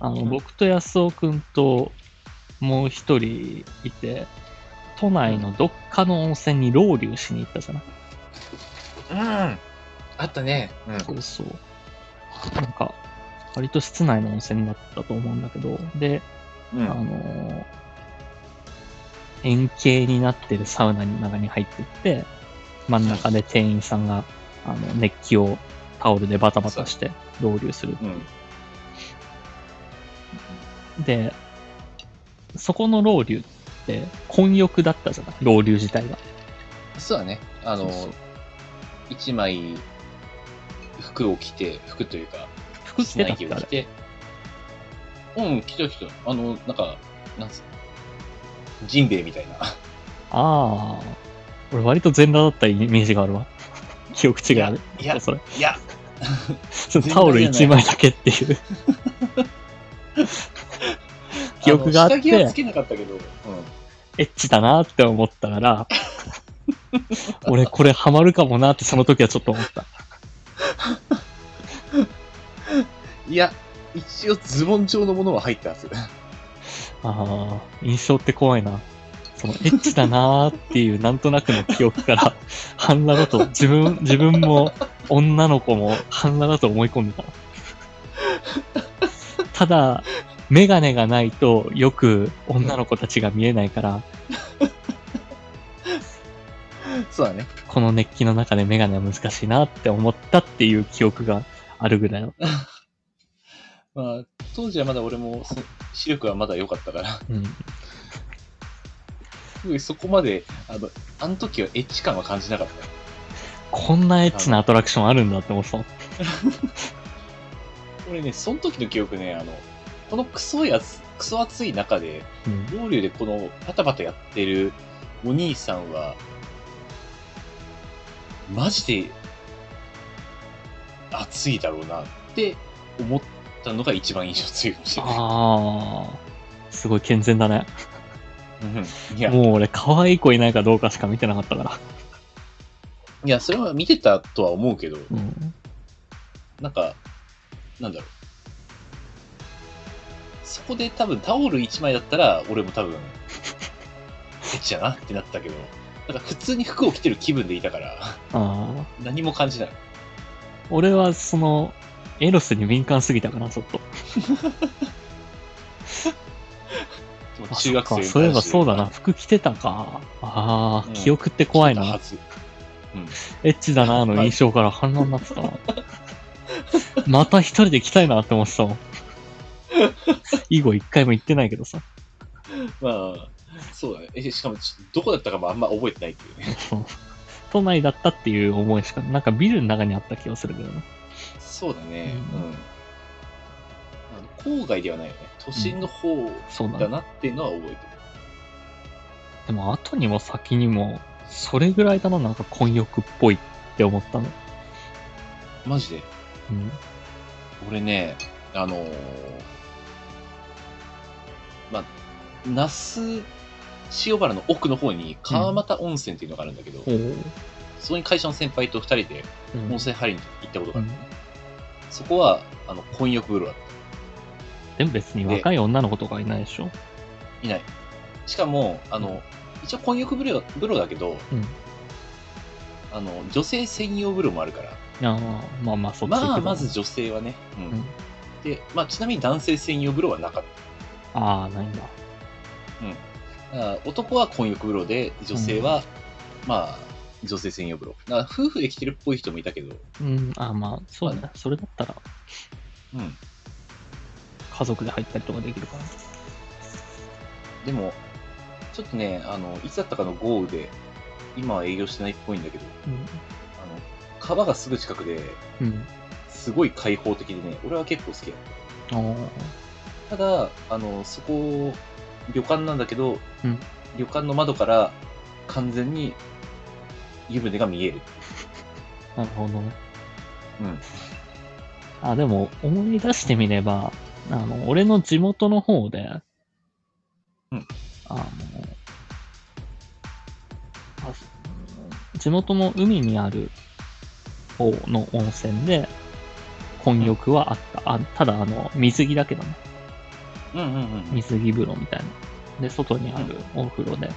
S1: あの、
S2: うん
S1: 僕と安尾くんと、もう一人いて、都内のどっかの温泉にロウリュしに行ったじゃない。
S2: うん。あったね。うん。
S1: そうそう。なんか、割と室内の温泉だったと思うんだけど、で、
S2: う
S1: あのー円形になってるサウナの中に入ってって、真ん中で店員さんが、あの、熱気をタオルでバタバタして、導流する。
S2: うん。
S1: で、そこの老流って、混浴だったじゃない老流自体が。
S2: そうだね。あの
S1: そうそう、
S2: 一枚、服を着て、服というか、
S1: 服着てたっけ
S2: 室内
S1: あ
S2: 着を着
S1: れ。
S2: て。うん、着た着た。あの、なんか、なんすか。ジンベエみたいな。
S1: ああ。俺割と全裸だったイメージがあるわ。 記憶違いある。
S2: いや、
S1: それ。
S2: いや、
S1: ちょっとタオル
S2: 全裸じ
S1: 1
S2: ゃな
S1: 枚
S2: い
S1: だけっていう。記憶があって
S2: の下着はつけなかったけど、うん。
S1: エッチだなって思ったから、俺これハマるかもなってその時はちょっと思った。
S2: いや、一応ズボン状のものは入ったはず。
S1: ああ、印象って怖いな。そのエッチだなーっていうなんとなくの記憶から 半裸だと自分自分も女の子も半裸だと思い込んでたただメガネがないとよく女の子たちが見えないから
S2: そうだね。
S1: この熱気の中でメガネは難しいなって思ったっていう記憶があるぐらいの、
S2: まあ、当時はまだ俺もそ視力はまだ良かったから、
S1: うん、
S2: すごい そこまで、あの、あの時はエッチ感は感じなかったよ。
S1: こんなエッチなアトラクションあるんだって思ってたもん
S2: 俺ね、その時の記憶ね、あの、このクソやつ、クソ暑い中で、
S1: うん
S2: ロウリュでこのパタパタやってるお兄さんは、マジで暑いだろうなって思ったのが一番印象強いかもしれない。
S1: ああ、すごい健全だね。
S2: うんいや、
S1: もう俺、可愛い子いないかどうかしか見てなかったから。
S2: いや、それは見てたとは思うけど、
S1: うん。
S2: なんか、なんだろう。そこで多分タオル1枚だったら、俺も 多分、エッチやなってなったけど、なんか普通に服を着てる気分でいたから、
S1: ああ。
S2: 何も感じない。
S1: 俺は、その、エロスに敏感すぎたかな、ちょっと。
S2: でも
S1: あ
S2: 中学
S1: そっか
S2: 生に関して
S1: そういえばそうだな、。服着てたか。ああ、
S2: うん
S1: 記憶って怖い
S2: 着てたは
S1: な。
S2: ず
S1: エッチだな、の印象から反乱になってたな。また一人で来たいなって思ってたもん。以後一回も行ってないけどさ。
S2: まあ、そうだね。えしかも、ちどこだったかもあんま覚えてないっていうね。
S1: そう都内だったっていう思いしか、なんかビルの中にあった気がするけどな。
S2: そうだね。
S1: う
S2: うんん。あの郊外ではないよね。都心の方
S1: そうだね
S2: だ。なっていうのは覚えてる。
S1: でも後にも先にも、それぐらいだな、なんか混浴っぽいって思ったの。
S2: マジで。
S1: うん。
S2: 俺ね、あのーまあ、那須塩原の奥の方に川俣温泉っていうのがあるんだけど、
S1: おう
S2: そこに会社の先輩と二人で
S1: うん
S2: 温泉入りに行ったことがある、そこは、あの、混浴風呂だっ
S1: でも別に若い女の子とかいないでしょ。
S2: た。いない。しかも、あの、一応混浴風呂風呂だけど、
S1: うん。
S2: あの、女性専用風呂もあるから、
S1: ああ、まあまあ、そっち行けば
S2: まあ、まず女性はね、うん。
S1: うん
S2: で、まあ、ちなみに男性専用風呂はなかった。
S1: ああ、ないんだ。
S2: あ男は混浴風呂で、女性は、まあ、女性専用風呂。だから夫婦で来てるっぽい人もいたけど、
S1: うん、ああまあ、そうだね。それだったら、
S2: うん。
S1: 家族で入ったりとかできるかな。
S2: でも、ちょっとね、あの、いつだったかの豪雨で、今は営業してないっぽいんだけど、あの、川がすぐ近くで、
S1: うん。
S2: すごい開放的でね、俺は結構好きだっ
S1: うん。ああ。
S2: た。ただ、あの、そこ、旅館なんだけど、
S1: うん
S2: 旅館の窓から完全に湯船が見える。
S1: なるほどね。
S2: うん。
S1: あ、でも、思い出してみれば、あの、俺の地元の方で、
S2: うん
S1: あの、あ地元の海にある方の温泉で、混浴はあった。あただ、あの、水着だけどね。
S2: うんうんうん。
S1: 水着風呂みたいな。で、外にあるお風呂で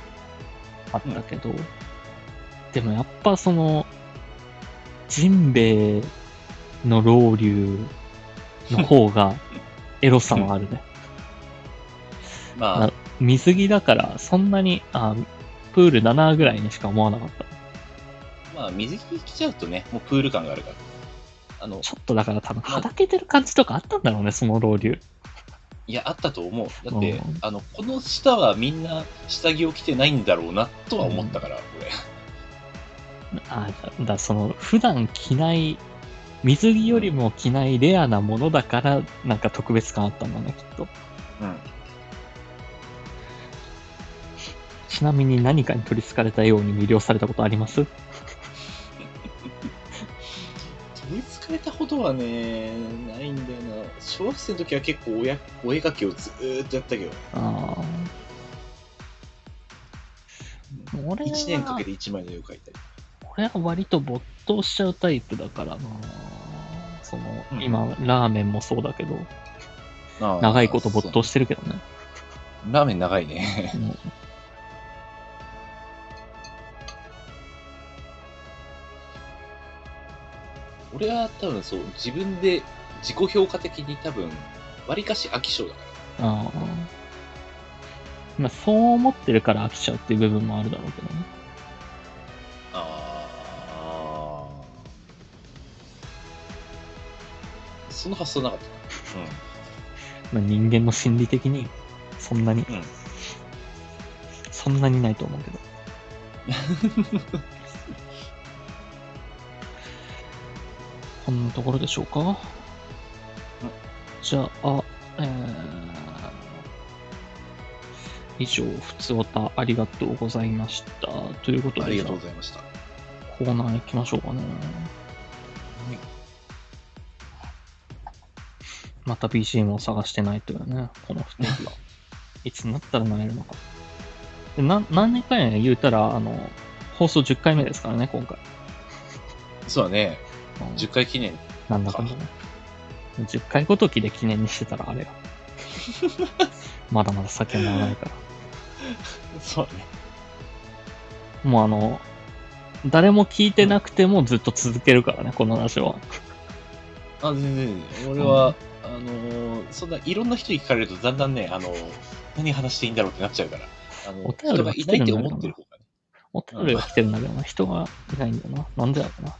S1: あったけど、でもやっぱその、ジンベエの老流の方がエロさはあるね。
S2: まあ、
S1: 水着だからそんなに、あプールだなぐらいにしか思わなかった。
S2: まあ、水着着ちゃうとね、もうプール感があるから。あの、
S1: ちょっとだから多分、はだけてる感じとかあったんだろうね、その老流。
S2: いや、あったと思う。だって、
S1: うん
S2: あの、この下はみんな下着を着てないんだろうな、とは思ったから、これ。
S1: あだだその普段着ない水着よりも着ないレアなものだからなんか特別感あったんだねきっと
S2: うん。
S1: ちなみに何かに取り憑かれたように魅了されたことあります
S2: 取り憑かれたことはね、ないんだよな。小学生の時は結構おや、お絵描きをずーっとやったけど、
S1: ああ俺
S2: 1年か
S1: は
S2: けて1枚の絵を描いたり。
S1: 俺は割と没頭しちゃうタイプだからなその、
S2: うん
S1: 今ラーメンもそうだけど
S2: あー
S1: 長いこと没
S2: そう
S1: 頭してるけどね
S2: ラーメン長いね。
S1: うん
S2: 俺は多分そう、自分で自己評価的に多分、わりかし飽き性だか
S1: ああ。まあ、そう思ってるから飽きちゃうっていう部分もあるだろうけどね。
S2: ら。ああ。その発想なかったな。
S1: まあ、人間の心理的に、そんなに、
S2: うん。うん。
S1: そんなにないと思うけ ど。こんなところでしょうかじゃあ、えー、以上、ふつおたありがとうございました。ということ
S2: あ
S1: で、
S2: り
S1: じ
S2: が
S1: ゃあ
S2: と
S1: コ
S2: うございました。
S1: ーナー行きましょうかね。また BGM を探してないというね、この2人が。 いつになったらなれるのか。でな何年かやね言うたら、あの、放送10回目ですからね、今回。
S2: そうだね。
S1: うん
S2: 10回記念。
S1: なんだかんだね。10回ごときで記念にしてたらあれよ。まだまだ酒もないから。
S2: そうだね。
S1: もうあの、誰も聞いてなくてもずっと続けるからね、このラジオは。
S2: あ、全然全然。俺は、あのーそんないろんな人に聞かれると、だんだんね、あのー何話していいんだろうってなっちゃうから。あの
S1: お便り
S2: 人
S1: が
S2: が
S1: 来
S2: い
S1: て
S2: な
S1: る
S2: い
S1: ん
S2: っ
S1: だろうな
S2: て思ってる方がね。
S1: お便りが来てるんだけどな、人がいないんだよな。なんでだろうな。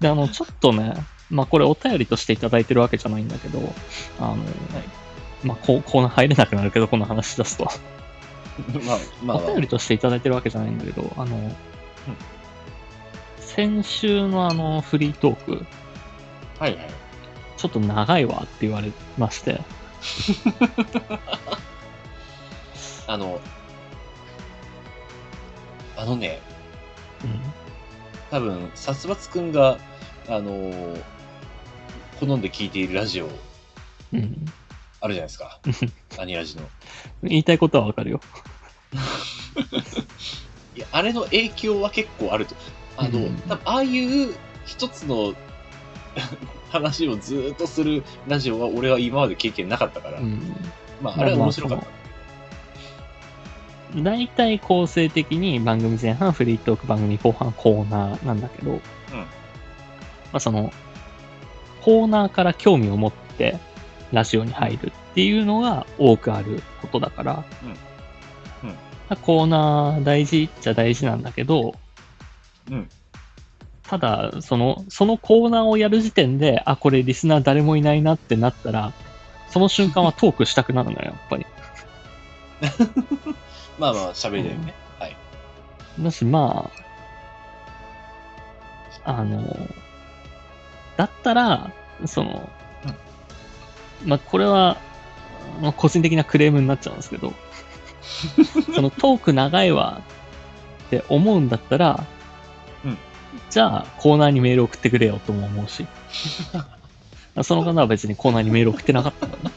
S1: で、あの、ちょっとね、まあこれお便りとしていただいてるわけじゃないんだけど、あの、まあこう、コーナー入れなくなるけど、この話し出すと。
S2: まあ、 まあ、
S1: お便りとしていただいてるわけじゃないんだけど、あの、先週のあの、フリートーク、
S2: はいはい。
S1: ちょっと長いわって言われまして、
S2: あの、あのね、
S1: うん、
S2: 多分、殺伐くんが、あのー好んで聞いているラジオ
S1: うん。
S2: あるじゃないで すか。アニラジの。
S1: 言いたいことはわかるよ。
S2: いや、あれの影響は結構あると。あの、
S1: うん
S2: 多分ああいう一つの 話をずーっとするラジオは俺は今まで経験なかったから、
S1: うん。
S2: まあ、あれは面白かった。
S1: 大体構成的に番組前半フリートーク、番組後半コーナーなんだけど、まあその、コーナーから興味を持ってラジオに入るっていうのが多くあることだから、
S2: うんうん
S1: まあコーナー大事っちゃ大事なんだけど、
S2: うん
S1: ただ、その、そのコーナーをやる時点で、あ、これリスナー誰もいないなってなったら、その瞬間はトークしたくなるのよ、やっぱり。
S2: まあまあ、喋りだよね。はい。
S1: だし、まあ、あの、だったら、その、まあ、これは、まあ、個人的なクレームになっちゃうんですけど、 そのトーク長いわって思うんだったら、
S2: うん
S1: じゃあコーナーにメール送ってくれよとも思う し、その方は別にコーナーにメール送ってなかったんだね。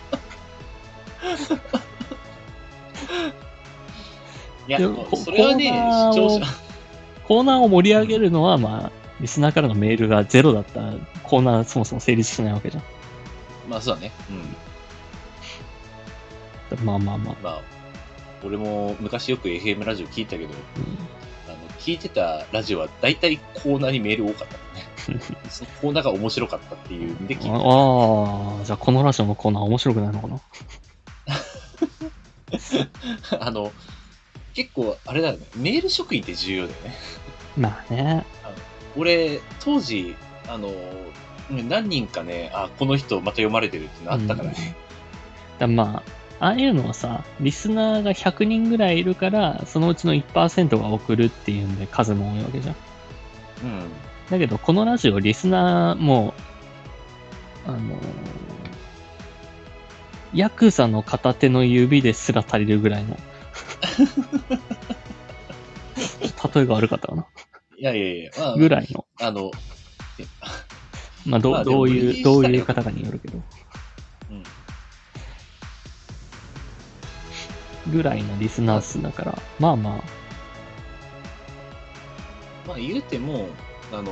S2: いや、
S1: で
S2: もう
S1: こ
S2: それは
S1: コ
S2: ね
S1: ーナー、を
S2: 視聴者、
S1: コーナーを盛り上げるのは、まあ、リスナーからのメールがゼロだったら、コーナーそもそも成立しないわけじゃん。
S2: まあそうだね。うん。
S1: まあまあまあ。
S2: まあ、俺も昔よく FM ラジオ聞いたけど、
S1: うん
S2: あの聞いてたラジオは大体コーナーにメール多かった ね。そのコーナーが面白かったっていうんで聞いてた
S1: ああ、じゃあこのラジオのコーナー面白くないのかな
S2: あの、結構、あれだよね、メール職員って重要だよね。
S1: まあね。
S2: 俺、当時、あの、何人かね、あ、この人また読まれてるってのあったからね。
S1: だまあ、ああいうのはさ、リスナーが100人ぐらいいるから、そのうちの1%が送るっていうんで数も多いわけじゃん。
S2: うん。
S1: だけど、このラジオ、リスナーも、あのーヤクザの片手の指ですら足りるぐらいの。例えが悪かったか な。
S2: いやいやいや、まあ、
S1: ぐらいの。
S2: あの、
S1: まあ、ど
S2: ま
S1: う
S2: あで
S1: ど
S2: も
S1: うい
S2: 無理
S1: う、どう
S2: した
S1: い
S2: よ
S1: う方かによるけど。
S2: うん
S1: ぐらいのリスナー数だから、まあまあ、
S2: まあ言うても、あの、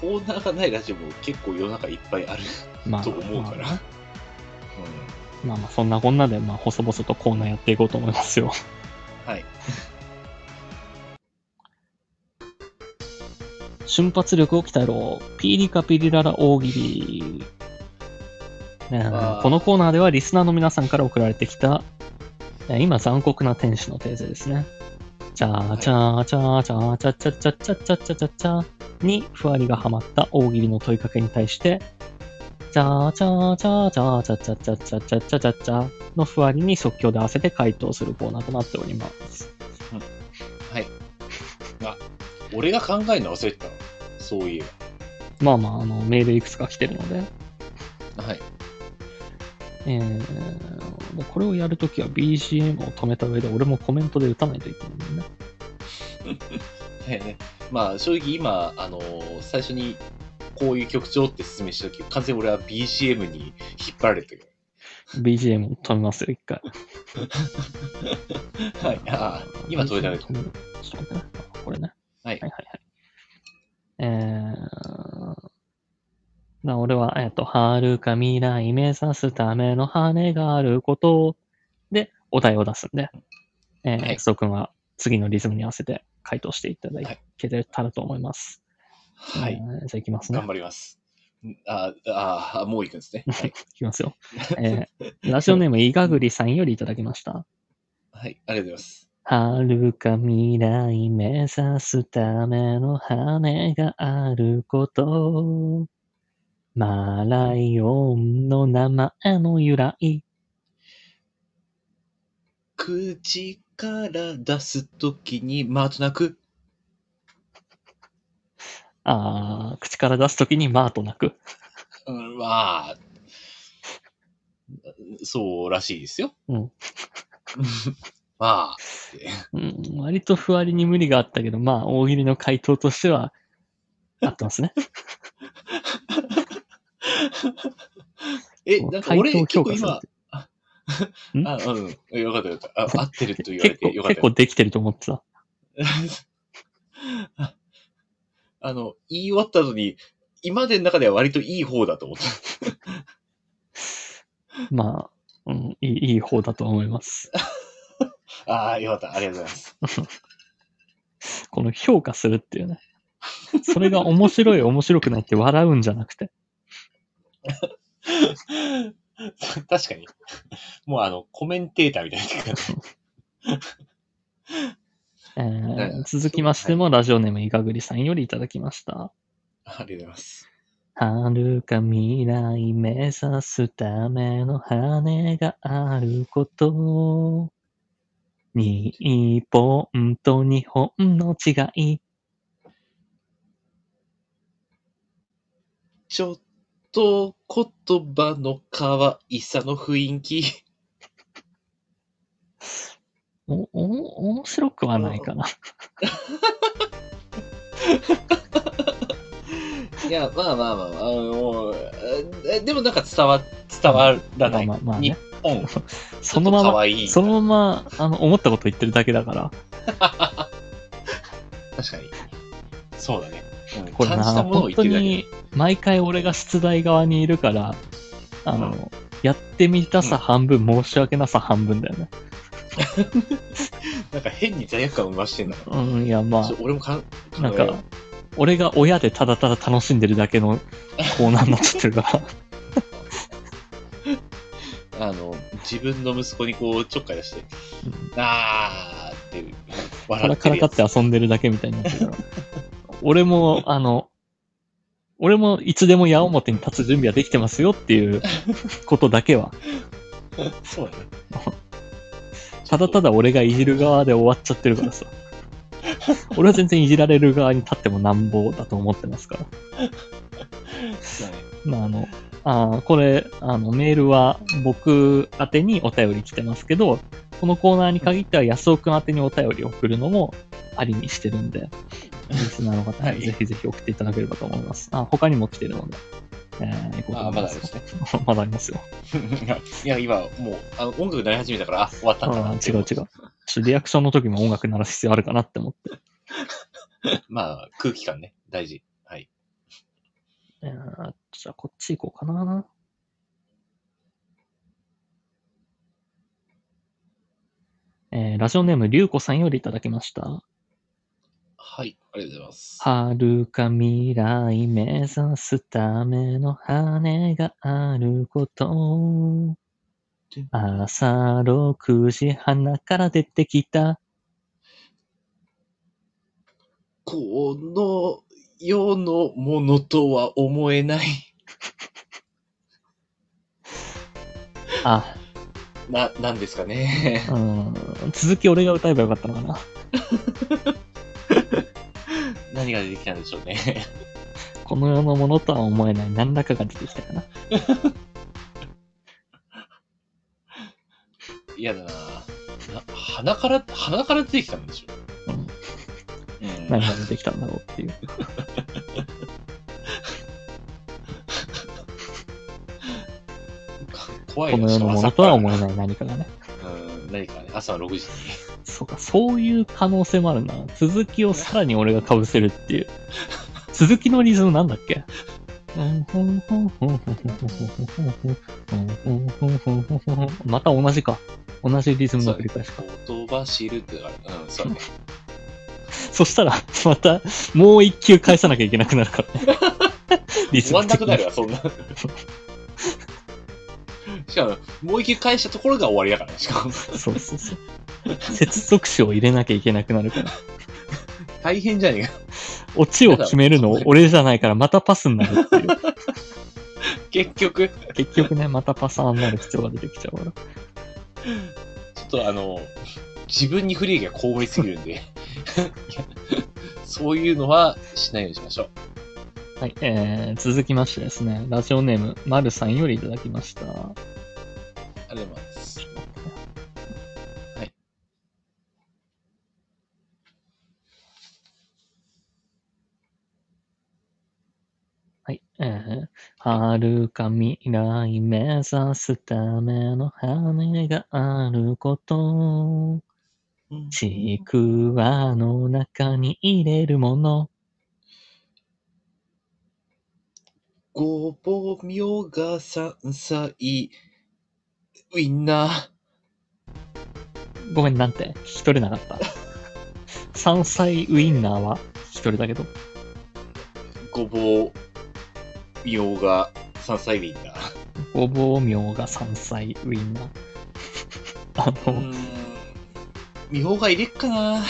S2: コーナーがないラジオも結構世の中いっぱいある
S1: まあ、
S2: と思うから。
S1: まあ、
S2: う
S1: まあまあそんなこんなで、まあ、細々とコーナーやっていこうと思いますよ。
S2: ん。はい。
S1: 瞬発力を鍛えろ。ピーリカピリララ大喜利。ね
S2: あー
S1: このコーナーではリスナーの皆さんから送られてきた、えー今残酷な天使の訂正ですね。チャーチャーチャーチャーチャーチャーチャーチャーチャーチャーチャーチャーにふわりがはまった大喜利の問いかけに対して、チャーチャーチャーチャーチャーチャーチャーチャーチャーチャーチャーチャーのふわりに即興で合わせて回答するコーナーとなっております。
S2: はい。あ、俺が考えるの忘れてたわそういえ
S1: まあまあ、あの、メールいくつか来てるので、
S2: ば。はい。
S1: えー、もうこれをやるときは BGM を止めた上で、俺もコメントで打たないといけないんだよね。
S2: だよね。 まあ、正直今、あのー最初にこういう曲調って説明したとき、完全に俺は BGM に引っ張られて る。
S1: BGM を止めますよ、一回。
S2: はい。 あー今止めたね。
S1: める。ちょっと待ってね。これね。
S2: はい
S1: は。いはいはい。えー、な俺は、えっと、はるか未来目指すための羽があることで、お題を出すんで、えー、
S2: はい
S1: くそくんは次のリズムに合わせて回答していただ
S2: はい
S1: けてたらと思います。
S2: はい。
S1: えーじゃあいきますね
S2: 頑。張ります。んあーあー、もう行く んですね。はい。
S1: いき ますよ。えー、ラジオネーム、いがぐりさんよりいただきました。
S2: はい。ありがとうございます。
S1: はるか未来目指すための羽があること。マーライオンの名前の由来。
S2: 口から出すときに、まとなく、
S1: あー口から出すときにマーと鳴く。
S2: うん、まあ、そうらしいですよ。
S1: うん。
S2: まあ、
S1: うん、割とふわりに無理があったけど、まあ、大喜利の回答としては、合ってますね。
S2: え、なんか俺、
S1: 回答評
S2: 結構
S1: 価され
S2: 今
S1: て、ん
S2: あ、うん、えよかったよかっ た。あ、合ってると言われ
S1: 結
S2: て
S1: 構、
S2: よかっ
S1: 結
S2: た
S1: 構できてると思ってた。
S2: あ あの、言い終わった後に、今までの中では割といい方だと思った。
S1: まあ、うん、いいいい方だと思います。
S2: ああ、よかった。あ りがとうございます。
S1: この評価するっていうね。それが面白 い、面白くないって笑うんじゃなくて。
S2: 確かに。もうあの、コメンテーターみたいな。
S1: えー
S2: だから
S1: 続きましても、ラジオネームいかぐりさんよりいただきました。
S2: ありがとうございます。
S1: はるか未来目指すための羽があること。日本と日本の違い。
S2: ちょっと言葉の可愛さの雰囲気。
S1: お、お、面白くはないかな。
S2: いや、まあまあまあまあ、あの、えでもなんか伝わ、伝わらない。
S1: まあまあまあね
S2: 日本、
S1: そのま
S2: ちょっと可
S1: ま、
S2: 愛い。
S1: そのまま、あの、思ったこと言ってるだけだから。
S2: 確かに。そうだね。うん
S1: これ
S2: 感
S1: な、
S2: じたものを
S1: 本
S2: 言っ
S1: 当
S2: てるだけ
S1: に、毎回俺が出題側にいるから、あの、
S2: う
S1: やってみたさ半分、申し訳なさ半分だよね。
S2: なんか変に罪悪感を増してんだか
S1: うん、いや、ま
S2: ら。ちょ俺もかん
S1: あ、なん
S2: 考えよ
S1: か、俺が親でただただ楽しんでるだけ のコーナーになっちゃってるから。
S2: うあの、自分の息子にこうちょっかい出して、
S1: うん
S2: あーって
S1: か
S2: 笑
S1: ら
S2: って
S1: から
S2: る
S1: か
S2: や
S1: って
S2: つ。
S1: 遊んでるだけみたいになってるから。俺も、あの、俺もいつでも矢面に立つ準備はできてますよって いうことだけは、
S2: そうだね。
S1: ただただ俺がいじる側で終わっちゃってるからさ。俺は全然いじられる側に立ってもなんぼだと思ってますから。
S2: そうだね。
S1: まあ、あの、あーこれ、あの、メールは僕宛てにお便り来てますけど、このコーナーに限っては安尾くん宛てにお便り送るのもありにしてるんで、リスナーの方
S2: は
S1: に
S2: い
S1: ぜひぜひ送っていただければと思います。あ、他にも来てるので、えー、行こうと思います。
S2: あまだある ん
S1: まだありますよ。
S2: いや、今、もう、あの音楽鳴り始めたから、あ、終わったんだな
S1: あ
S2: っ
S1: ー
S2: て
S1: 違う違う。ちょっとリアクションの時も音楽鳴らす必要あるかなって思って。
S2: まあ、空気感ね、大事。はい。
S1: えーじゃあ、こっち行こうかな。えーラジオネーム、りゅうこさんよりいただきました。
S2: はい、ありがとうございます。
S1: 遥か未来目指すための羽があることを朝6時花から出てきた。
S2: この世のものとは思えない。
S1: あ、
S2: な、なんですかね。
S1: うん。続き俺が歌えばよかったのかな。
S2: 何が出てきたんでしょうね。
S1: この世のものとは思えない何らかが出てきたかな。
S2: 嫌だなな鼻から、鼻から出てきたんでしょ
S1: うん。
S2: う。うん
S1: 何が出てきたんだろうっていう。
S2: か怖い
S1: この世のものとは思えない何かがね。
S2: い。うん、何かね、朝6時に。
S1: そうか、そういう可能性もあるな。続きをさらに俺が被せるっていう。続きのリズムなんだっけまた同じか。同じリズムの繰り返しか。
S2: 言葉知るってあれ、うん、そ うだね。
S1: そしたら、また、もう一球返さなきゃいけなくなるからね。 リ
S2: 終わんな
S1: 的
S2: く
S1: に
S2: なるわ、そんな。しかも、もう一回返したところが終わりだからね、しかも。
S1: そうそうそう。接続詞を入れなきゃいけなくなるから。
S2: 大変じゃねえか。
S1: オチを決める の俺じゃないから、またパスになるっていう。
S2: 結局、ち
S1: 結局ね、またパサーになる必要が出てきちゃうから。
S2: ょっとあの、自分に不利益が被りすぎるんで、いや そういうのはしないようにしましょう。
S1: はい、えー、続きましてですね、ラジオネーム、まるさんよりいただきました。は
S2: ありがとうございます。はい。
S1: い、えー、はるか未来目指すための羽があること、ちくわの中に入れるもの、
S2: ごぼうみょうが山菜、ウインナー。
S1: ごめんなんて、聞き取れなかった。山菜ウインナーは聞き取れたけど、
S2: ごぼう、みょうが、山菜ウインナー。
S1: ごぼうみょうが山菜ウインナー。 あ
S2: う
S1: の、
S2: ーん。みょうが入れっかな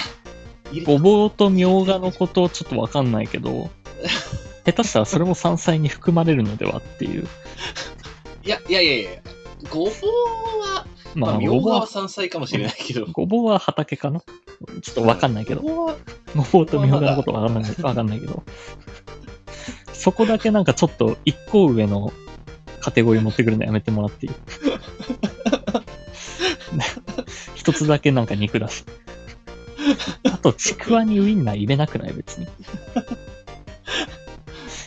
S2: 入れ
S1: ごぼうとみょうがのことちょっとわかんないけど、下手したらそれも山菜に含まれるのではっていう。
S2: いや、いやいやいや、ごぼうは、ま
S1: ま
S2: あ、
S1: あ、
S2: みょ
S1: ご
S2: う
S1: ぼう
S2: がは
S1: は、
S2: 山菜かもしれないけど。
S1: ごぼうは畑かなちょっとわかんないけど
S2: ご。ぼうは、
S1: ごぼうとみょうがのことわかんない、わかんないけど。そこだけなんかちょっと一個上のカテゴリー持ってくるのやめてもらっていい 一つだけなんか肉だし。あと、ちくわにウインナー入れなくない別に。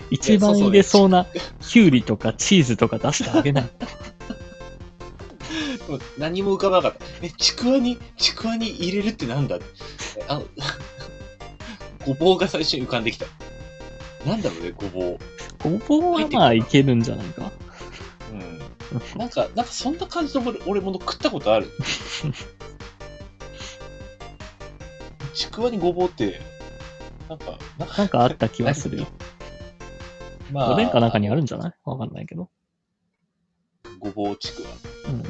S1: 一番入れそうなキュウリとかチーズとか出してあげない。
S2: もう何も浮かばなかった。え、ちくわに、ちくわに入れるってなんだえあの、 ごぼうが最初に浮かんできた。なんだろうね、ごぼう。
S1: ごぼうはまあいけるんじゃないか。
S2: うん。なんか、なんかそんな感じの俺俺もの食ったことある。ちくわにごぼうって、なんか、なんか
S1: なんかあった気はするよ。
S2: ま
S1: おでんか中にあるんじゃないわかんないけど。
S2: ごぼうちくわ。
S1: うん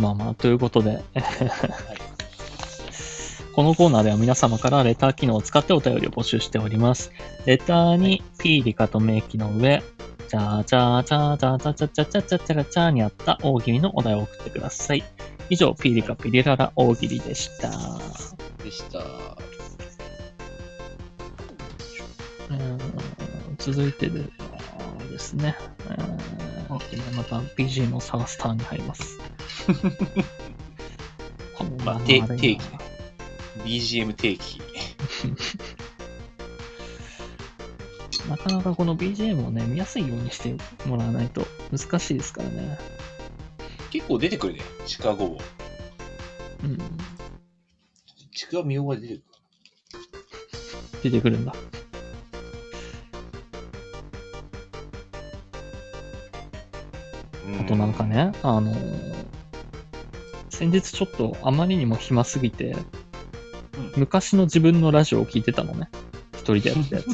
S1: まあまあ、ということで、
S2: はい
S1: このコーナーでは皆様からレター機能を使ってお便りを募集しております。レターにピーリカと名機の上、チャーチャーチャーチャーチャーチャーチャーチャーチャーチャーチャーにあった大喜利のお題を送ってください。以上、ピーリカピリララ大喜利でした。
S2: でした。
S1: うーん続いてでですね、うーん
S2: あ
S1: また BGM を探すターンに入ります。 こん
S2: まあ
S1: なの
S2: 定
S1: 悪いな
S2: 定期 BGM 定期。
S1: なかなかこの BGM をね、見やすいようにしてもらわないと難しいですからね。
S2: 結構出てくるね。ちくわごぼう。
S1: うん。
S2: ちくわみょうが出てくる。
S1: 出てくるんだ。
S2: うん
S1: あとなんか。ね、あのー先日ちょっとあまりにも暇すぎて、
S2: うん
S1: 昔の自分のラジオを聞いてたのね。一人でや ってたやつ。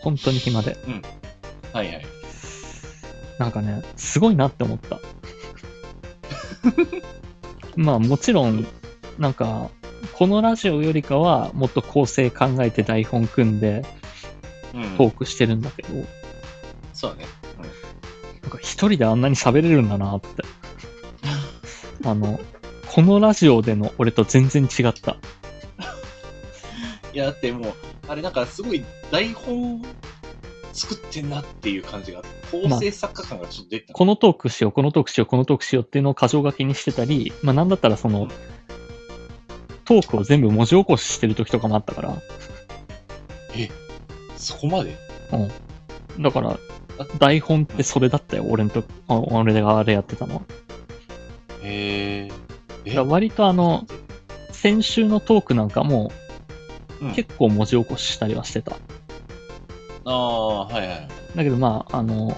S1: 本当に暇で。
S2: はいはい。
S1: なんかね、すごいなって思った。 まあもちろん、なんか、このラジオよりかは、もっと構成考えて台本組んで
S2: うん。
S1: トークしてるんだけど、なん
S2: そうだね。
S1: か一人であんなに喋れるんだなって。あの、このラジオでの俺と全然違った。
S2: いや、だってもう、あれなんかすごい台本作ってんなっていう感じが、構成作家感がちょっと出てた。
S1: このトークしよう、このトークしよう、このトークしようっていうのを箇条書きにしてたり、まあなんだったらその、トークを全部文字起こししてる時とかもあったから、
S2: え、そこまで
S1: だから、台本ってそれだったよ、俺んと、あ俺があれやってたのは。
S2: へえ。
S1: だ
S2: え
S1: から割とあの、先週のトークなんかも
S2: うん、
S1: 結構文字起こししたりはしてた。
S2: ああ、はいはい。
S1: だけどまあ、あの、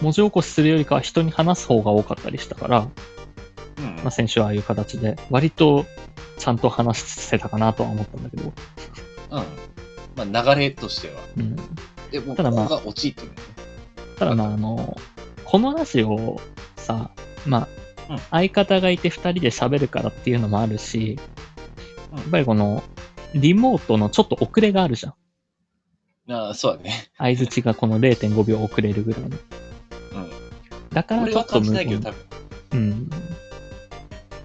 S1: 文字起こしするよりかは人に話す方が多かったりしたから、
S2: うん
S1: まあ、先週はああいう形で、割とちゃんと話してたかなとは思ったんだけど、
S2: うん。まあ流れとしては。
S1: うん。
S2: でも、
S1: ただまあ
S2: ここが陥ってるんだよね。
S1: ただまあ、あの、このラジオさ、まあ、
S2: うん
S1: 相方がいて2人で喋るからっていうのもあるし、
S2: うん
S1: やっぱりこの、リモートのちょっと遅れがあるじゃん。
S2: ああ、そうだね。
S1: 相づちがこの0.5秒遅れるぐらいの。
S2: うん。
S1: だから
S2: 俺
S1: ちょ
S2: は
S1: っと
S2: 感
S1: 無
S2: じないけ
S1: 言
S2: ど、多分。
S1: うん。だか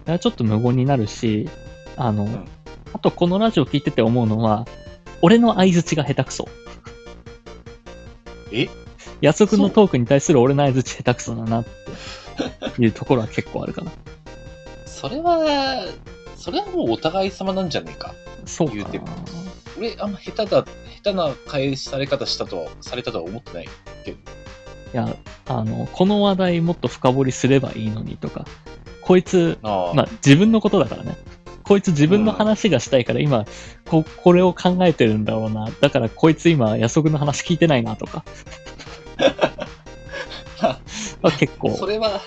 S1: らちょっと無言になるし、あの、
S2: ん
S1: あとこのラジオ聞いてて思うのは、俺の相づちが下手くそ。
S2: え
S1: 安くんのトークに対する俺の相づち下手くそだなっていうところは結構あるかな。
S2: それは、それはもうお互い様なんじゃねえか。
S1: そうか
S2: 言
S1: な
S2: うても俺、あんま下手だ、下手な返しされ方したとは、されたとは思ってない。
S1: いや、あの、この話題もっと深掘りすればいいのにとか、こいつ、
S2: ああ。
S1: まあ自分のことだからね。こいつ自分の話がしたいから今、ここれを考えてるんだろうな。だからこいつ今、安くんの話聞いてないなとか。 は結構、
S2: そ
S1: そ
S2: れは、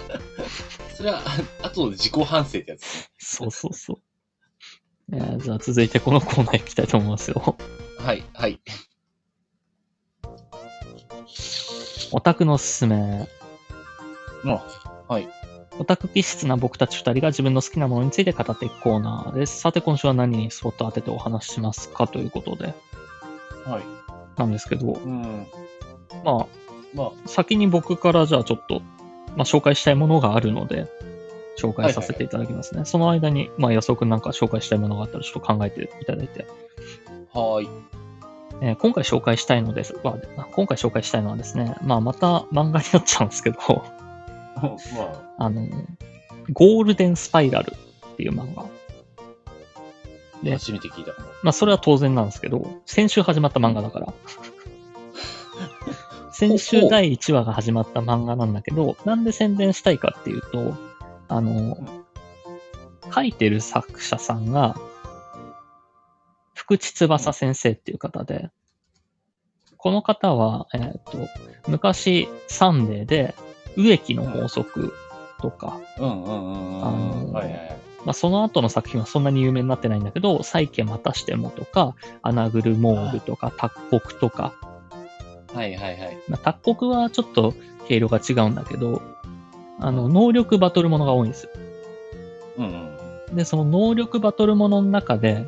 S2: それは、あとの自己反省ってやつね。
S1: うそうそう。いやじゃあ続いてこのコーナー行きたいと思いますよ。
S2: はい、はい。
S1: オタクのおすすめ。
S2: あはい。
S1: オタク気質な僕たち二人が自分の好きなものについて語っていくコーナーです。さて今週は何にスポット当ててお話ししますかということで、
S2: はい。
S1: なんですけど、
S2: うん。
S1: ま
S2: まあ、
S1: あ、先に僕からじゃあちょっと、まあ、紹介したいものがあるので、紹介させていただきますね。その間に、まあ、安尾くんなんか紹介したいものがあったらちょっと考えていただいて。
S2: はーい。
S1: えー今回紹介したいのですは、あ今回紹介したいのはですね、まあ、また漫画になっちゃうんですけど、
S2: まあ、
S1: あの、ゴールデンスパイラルっていう漫画。で
S2: 初めて聞いたかも。
S1: まあ、それは当然なんですけど、先週始まった漫画だから。先週第1話が始まった漫画なんだけど、なんで宣伝したいかっていうと、あの、書いてる作者さんが、福地翼先生っていう方で、この方は、えっ、と、昔、サンデーで、植木の法則とか、
S2: うんうんうん
S1: あのー
S2: はいはいはい。
S1: まあ、その後の作品はそんなに有名になってないんだけど、サイケまたしてもとか、アナグルモールとか、タッコクとか、
S2: はいはいはい。
S1: まあ、タッコクはちょっと経路が違うんだけど、あの、能力バトルものが多いんですよ。
S2: うんうん。
S1: で、その能力バトルものの中で、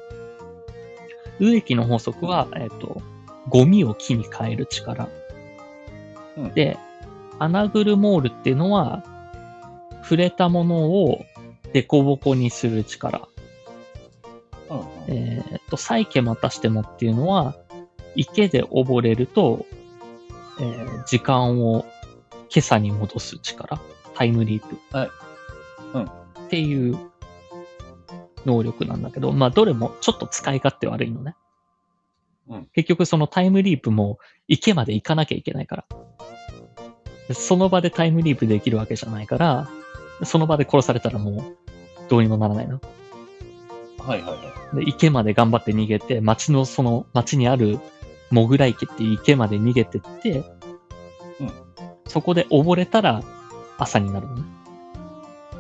S1: 植木の法則は、えっ、と、ゴミを木に変える力。
S2: うん
S1: で、アナグルモールっていうのは、触れたものを凸凹にする力。
S2: うんうん。
S1: えーっと、サイケまたしてもっていうのは、池で溺れると、えー時間を今朝に戻す力、タイムリープ。
S2: はいうん
S1: っていう能力なんだけど、まあ、どれもちょっと使い勝手悪いのね。
S2: うん
S1: 結局そのタイムリープも池まで行かなきゃいけないから。でその場でタイムリープできるわけじゃないから、その場で殺されたらもうどうにもならないの。
S2: はいはいはい。
S1: で、池まで頑張って逃げて、町のその、町にあるモグラ池っていう池まで逃げてって、
S2: うん
S1: そこで溺れたら朝になるのね。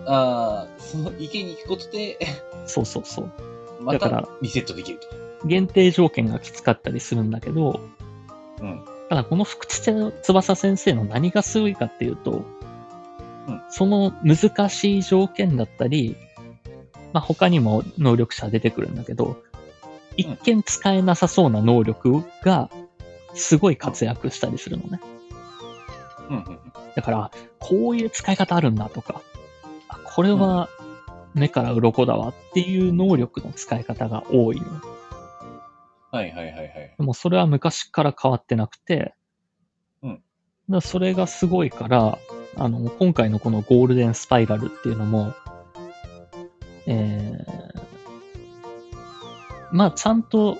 S2: ああ、その池に行くことで、
S1: そうそうそう。
S2: ま
S1: だから
S2: たリセットできると。
S1: 限定条件がきつかったりするんだけど、
S2: うん。
S1: ただこの福地翼先生の何がすごいかっていうと、
S2: うん
S1: その難しい条件だったり、まあ、他にも能力者出てくるんだけど、一見使えなさそうな能力がすごい活躍したりするのね。
S2: うんうんうん。
S1: だから、こういう使い方あるんだとか、あこれは目から鱗だわっていう能力の使い方が多いの。
S2: はいはいはいはい。
S1: でもそれは昔から変わってなくて、
S2: うん
S1: だからそれがすごいから、あの、今回のこのゴールデンスパイラルっていうのも、えー、まあちゃんと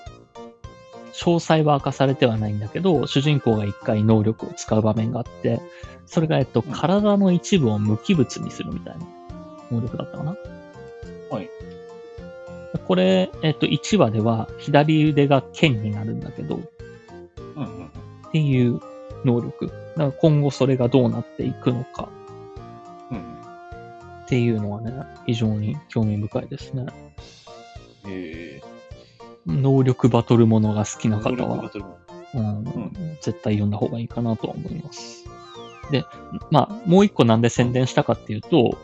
S1: 詳細は明かされてはないんだけど、主人公が一回能力を使う場面があって、それが、えっと、
S2: うん
S1: 体の一部を無機物にするみたいな能力だったかな。
S2: はい。
S1: これ、えっと、1話では左腕が剣になるんだけど、
S2: うんうんうん。
S1: っていう能力。だから今後それがどうなっていくのか
S2: うんうん。
S1: っていうのはね、非常に興味深いですね。
S2: え
S1: 能力バトルものが好き
S2: ー、
S1: な方
S2: 能力バ
S1: は、
S2: トル
S1: うん
S2: ん
S1: 絶対読んだ方がいいかなとは思います。で、まあ、もう一個なんで宣伝したかっていうと、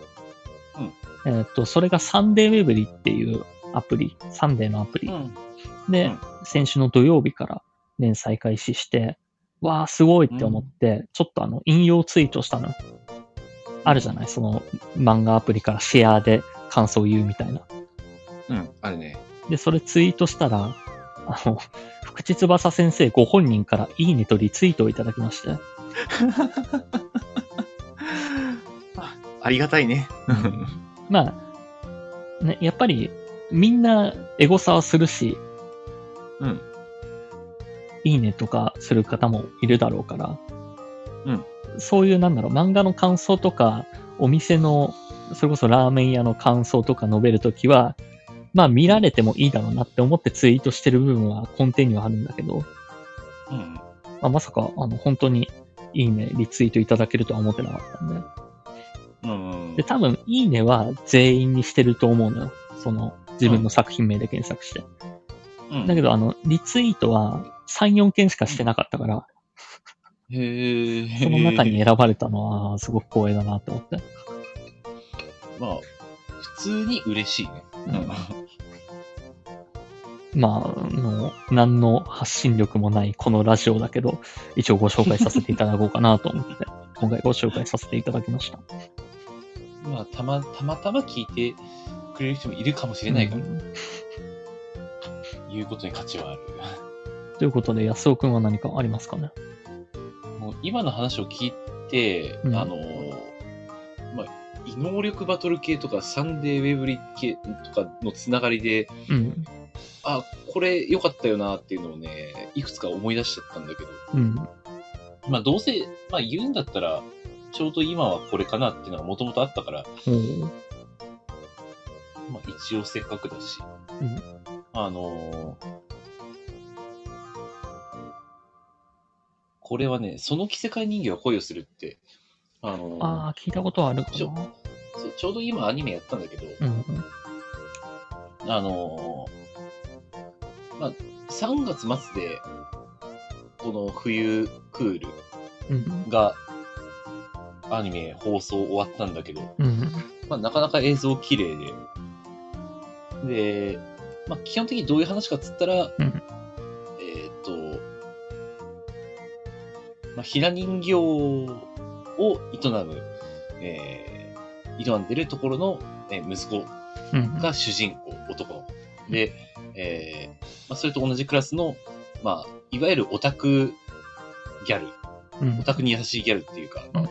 S2: うん
S1: えーっと、それがサンデーウェブリーっていうアプリ、サンデーのアプリ
S2: うん。うん。
S1: で、
S2: うん
S1: 先週の土曜日から連載開始して、わあ、すごいって思って、ちょっとあの、引用ツイートしたのよ。あるじゃないその漫画アプリからシェアで感想を言うみたいな。
S2: うん。あるね。
S1: で、それツイートしたら、あの、福地翼先生ご本人からいいねとリツイートをいただきまして、
S2: あありがたいね。
S1: まあ、ね、やっぱりみんなエゴサはするし、
S2: うん。
S1: いいねとかする方もいるだろうから、
S2: うん
S1: そういうなんだろう、漫画の感想とか、お店の、それこそラーメン屋の感想とか述べるときは、まあ見られてもいいだろうなって思ってツイートしてる部分は根底にはあるんだけど、
S2: うんうん。
S1: まあ、まさかあの本当にいいね、リツイートいただけるとは思ってなかったんで。
S2: うんうん
S1: で、多分、いいねは全員にしてると思うのよ。その、自分の作品名で検索して。
S2: うん。
S1: だけど、あの、リツイートは3、4件しかしてなかったから、
S2: へー
S1: その中に選ばれたのは、すごく光栄だなと思って。
S2: まあ、普通に嬉しいね。
S1: まあ、あの、何の発信力もないこのラジオだけど、一応ご紹介させていただこうかなと思 って、今回ご紹介させていただきました。
S2: まあ、たま、たまたま聞いてくれる人もいるかもしれないから、
S1: うん
S2: 言うことに価値はある。
S1: ということで、安尾くんは何かありますかね
S2: もう今の話を聞いて、
S1: うん
S2: あのー、まあ、異能力バトル系とかサンデーウェブリ系とかのつながりで、
S1: うん。
S2: あ、これ良かったよなっていうのをね、いくつか思い出しちゃったんだけど、
S1: うん。
S2: まあどうせ、まあ言うんだったら、ちょうど今はこれかなっていうのがもともとあったから、
S1: おー
S2: まあ一応せっかくだし、
S1: うん
S2: あのーこれはね、その着せ替え人形は恋をするって、あのー
S1: ああ、聞いたことはあるか
S2: ちょ
S1: な。
S2: そうちょうど今アニメやったんだけど、
S1: うんうん。
S2: あのーまあ、3月末で、この冬クール
S1: うん。
S2: が、アニメ放送終わったんだけど、
S1: うん。
S2: まあ、なかなか映像綺麗で、で、まあ、基本的にどういう話かっつったら、
S1: うん
S2: えーっ、と、まあ、ひな人形を営む、えー、営んでるところの、えー息子
S1: うん。
S2: が主人公、男の子。で、えーまあ、それと同じクラスの、まあ、いわゆるオタクギャル、
S1: うん
S2: オタクに優しいギャルっていうか、
S1: うん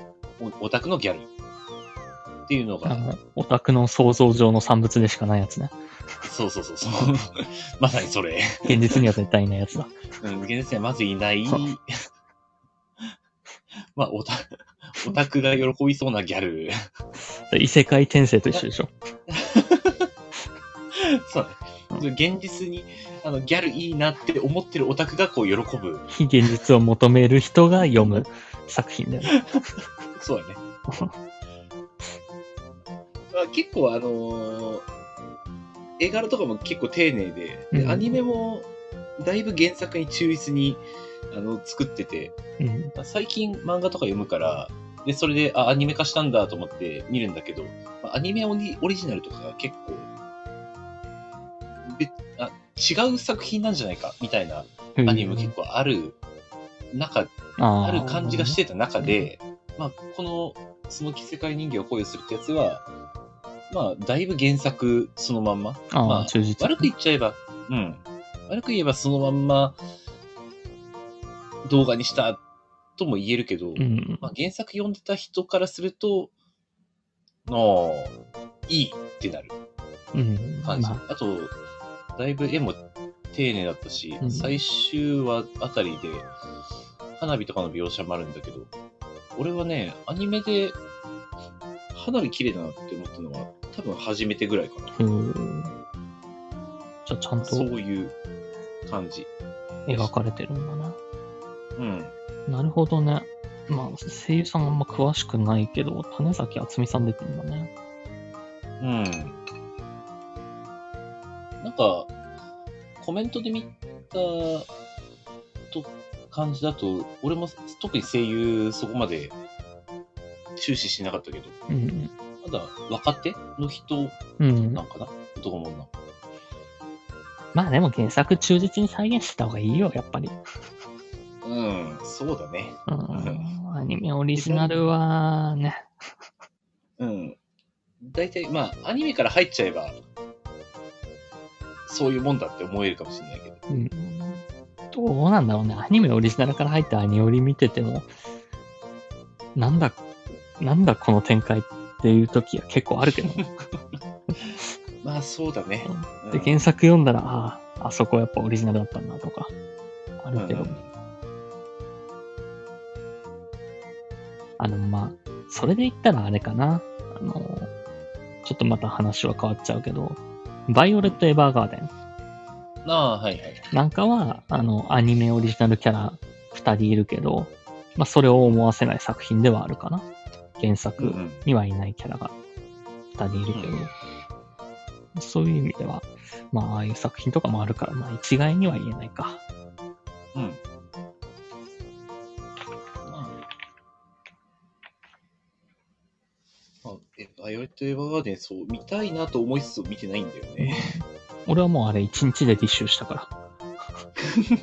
S2: おオタクのギャルっていうの
S1: あ
S2: が、
S1: の、オタクの想像上の産物でしかないやつね。
S2: そうそう そうそう。まさにそれ。
S1: 現実には絶対いないやつだ。
S2: うん、現実にはまずいない
S1: そう。
S2: まあ、オタ、オタクが喜びそうなギャ ル。
S1: 異世界転生と一緒でしょ。
S2: そうね。現実に、あの、ギャルいいなって思ってるオタクがこう喜ぶ。
S1: 非現実を求める人が読む作品だよね。
S2: そう だね。まあ結構あのー絵柄とかも結構丁寧で、で
S1: うん
S2: アニメもだいぶ原作に忠実にあの作ってて、
S1: うん。
S2: まあ最近漫画とか読むから、で、それで、あ、アニメ化したんだと思って見るんだけど、まあアニメオリオリジナルとかが結構、べあ違う作品なんじゃないかみたいな
S1: うん
S2: アニメも結構ある中、
S1: あー
S2: ある感じがしてた中で、まあ、この、その着せ替え人形を考慮するってやつは、まあ、だいぶ原作そのまんま。
S1: あー、
S2: まあ
S1: 忠実。
S2: 悪く言っちゃえば、うん。悪く言えばそのまんま動画にしたとも言えるけど、
S1: うん。
S2: まあ、原作読んでた人からすると、ああ、いいってなる
S1: うん。
S2: 感じ。
S1: まあ
S2: あと、だいぶ絵も丁寧だったし、
S1: うん
S2: 最終話あたりで、花火とかの描写もあるんだけど、俺はね、アニメで花火綺麗だなって思ったのは、多分初めてぐらいかな。
S1: うん。じゃあ、ちゃんと
S2: そういう感じ。
S1: 描かれてるんだな。
S2: うん。
S1: なるほどね。まあ、声優さんあんま詳しくないけど、種崎敦美さん出てるんだね。
S2: うん。なんか、コメントで見たと感じだと、俺も特に声優そこまで注視しなかったけど、
S1: うん。
S2: まだ若手の人
S1: うん
S2: な。んかな男も女も。
S1: まあでも原作忠実に再現してた方がいいよ、やっぱり。
S2: うん、そうだね。
S1: うん。アニメオリジナルはね。
S2: うん。大体、まあ、アニメから入っちゃえば、そういうもんだって思えるかもしれないけど。
S1: うん。どうなんだろうね。アニメオリジナルから入ってアニオリ見てても、なんだ、なんだこの展開っていう時は結構あるけどね。
S2: まあ、そうだね。
S1: で、
S2: うん
S1: 原作読んだら、ああ、あそこやっぱオリジナルだったんだとか、あるけど。
S2: うんうん
S1: あの、まあ、それで言ったらあれかな。あの、ちょっとまた話は変わっちゃうけど、バイオレット・エヴァーガーデン
S2: ああ、はいはい。
S1: なんかは、あの、アニメオリジナルキャラ2人いるけど、まあ、それを思わせない作品ではあるかな。原作。
S2: うん
S1: にはいないキャラが2人いるけど、そういう意味では、まあ、ああいう作品とかもあるから、まあ、一概には言えないか。
S2: うん。うんまあ、まあえバイオレット・エヴァーガーデン、そう、見たいなと思いつつ見てないんだよね。
S1: 俺はもうあれ1日でディッシュしたか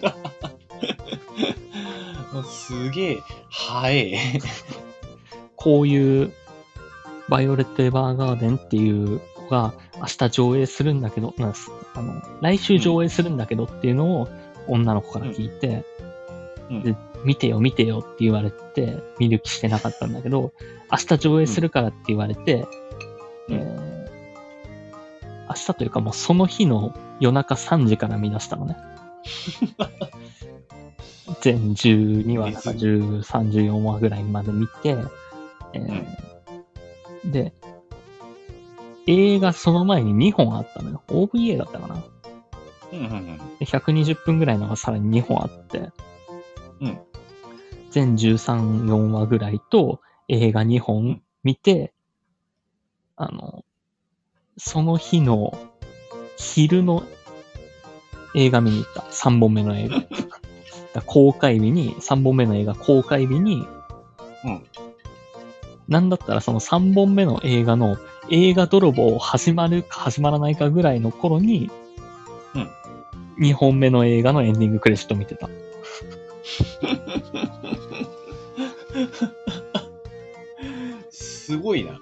S1: ら。
S2: もうすげえ、早え。
S1: こういう、バイオレット・エヴァーガーデンっていうのが、明日上映するんだけど、なんすあの、来週上映するんだけどっていうのを女の子から聞いて、
S2: うん
S1: で、見てよ見てよって言われて、見る気してなかったんだけど、明日上映するからって言われて、
S2: うん
S1: えー明日というかもうその日の夜中3時から見出したのね。全12話だから13、14話ぐらいまで見て、えーで、映画その前に2本あったのよ。OVA だったかな。
S2: うんうん
S1: で120分ぐらいのがさらに2本あって、
S2: うん
S1: 全13、4話ぐらいと映画2本見て、あの、その日の昼の映画見に行った。3本目の映 画。だから公開日に、3本目の映画公開日に、
S2: うん
S1: なんだったらその3本目の映画の映画泥棒始まるか始まらないかぐらいの頃に、
S2: うん
S1: 2本目の映画のエンディングクレジット見てた。
S2: うん。すごいな。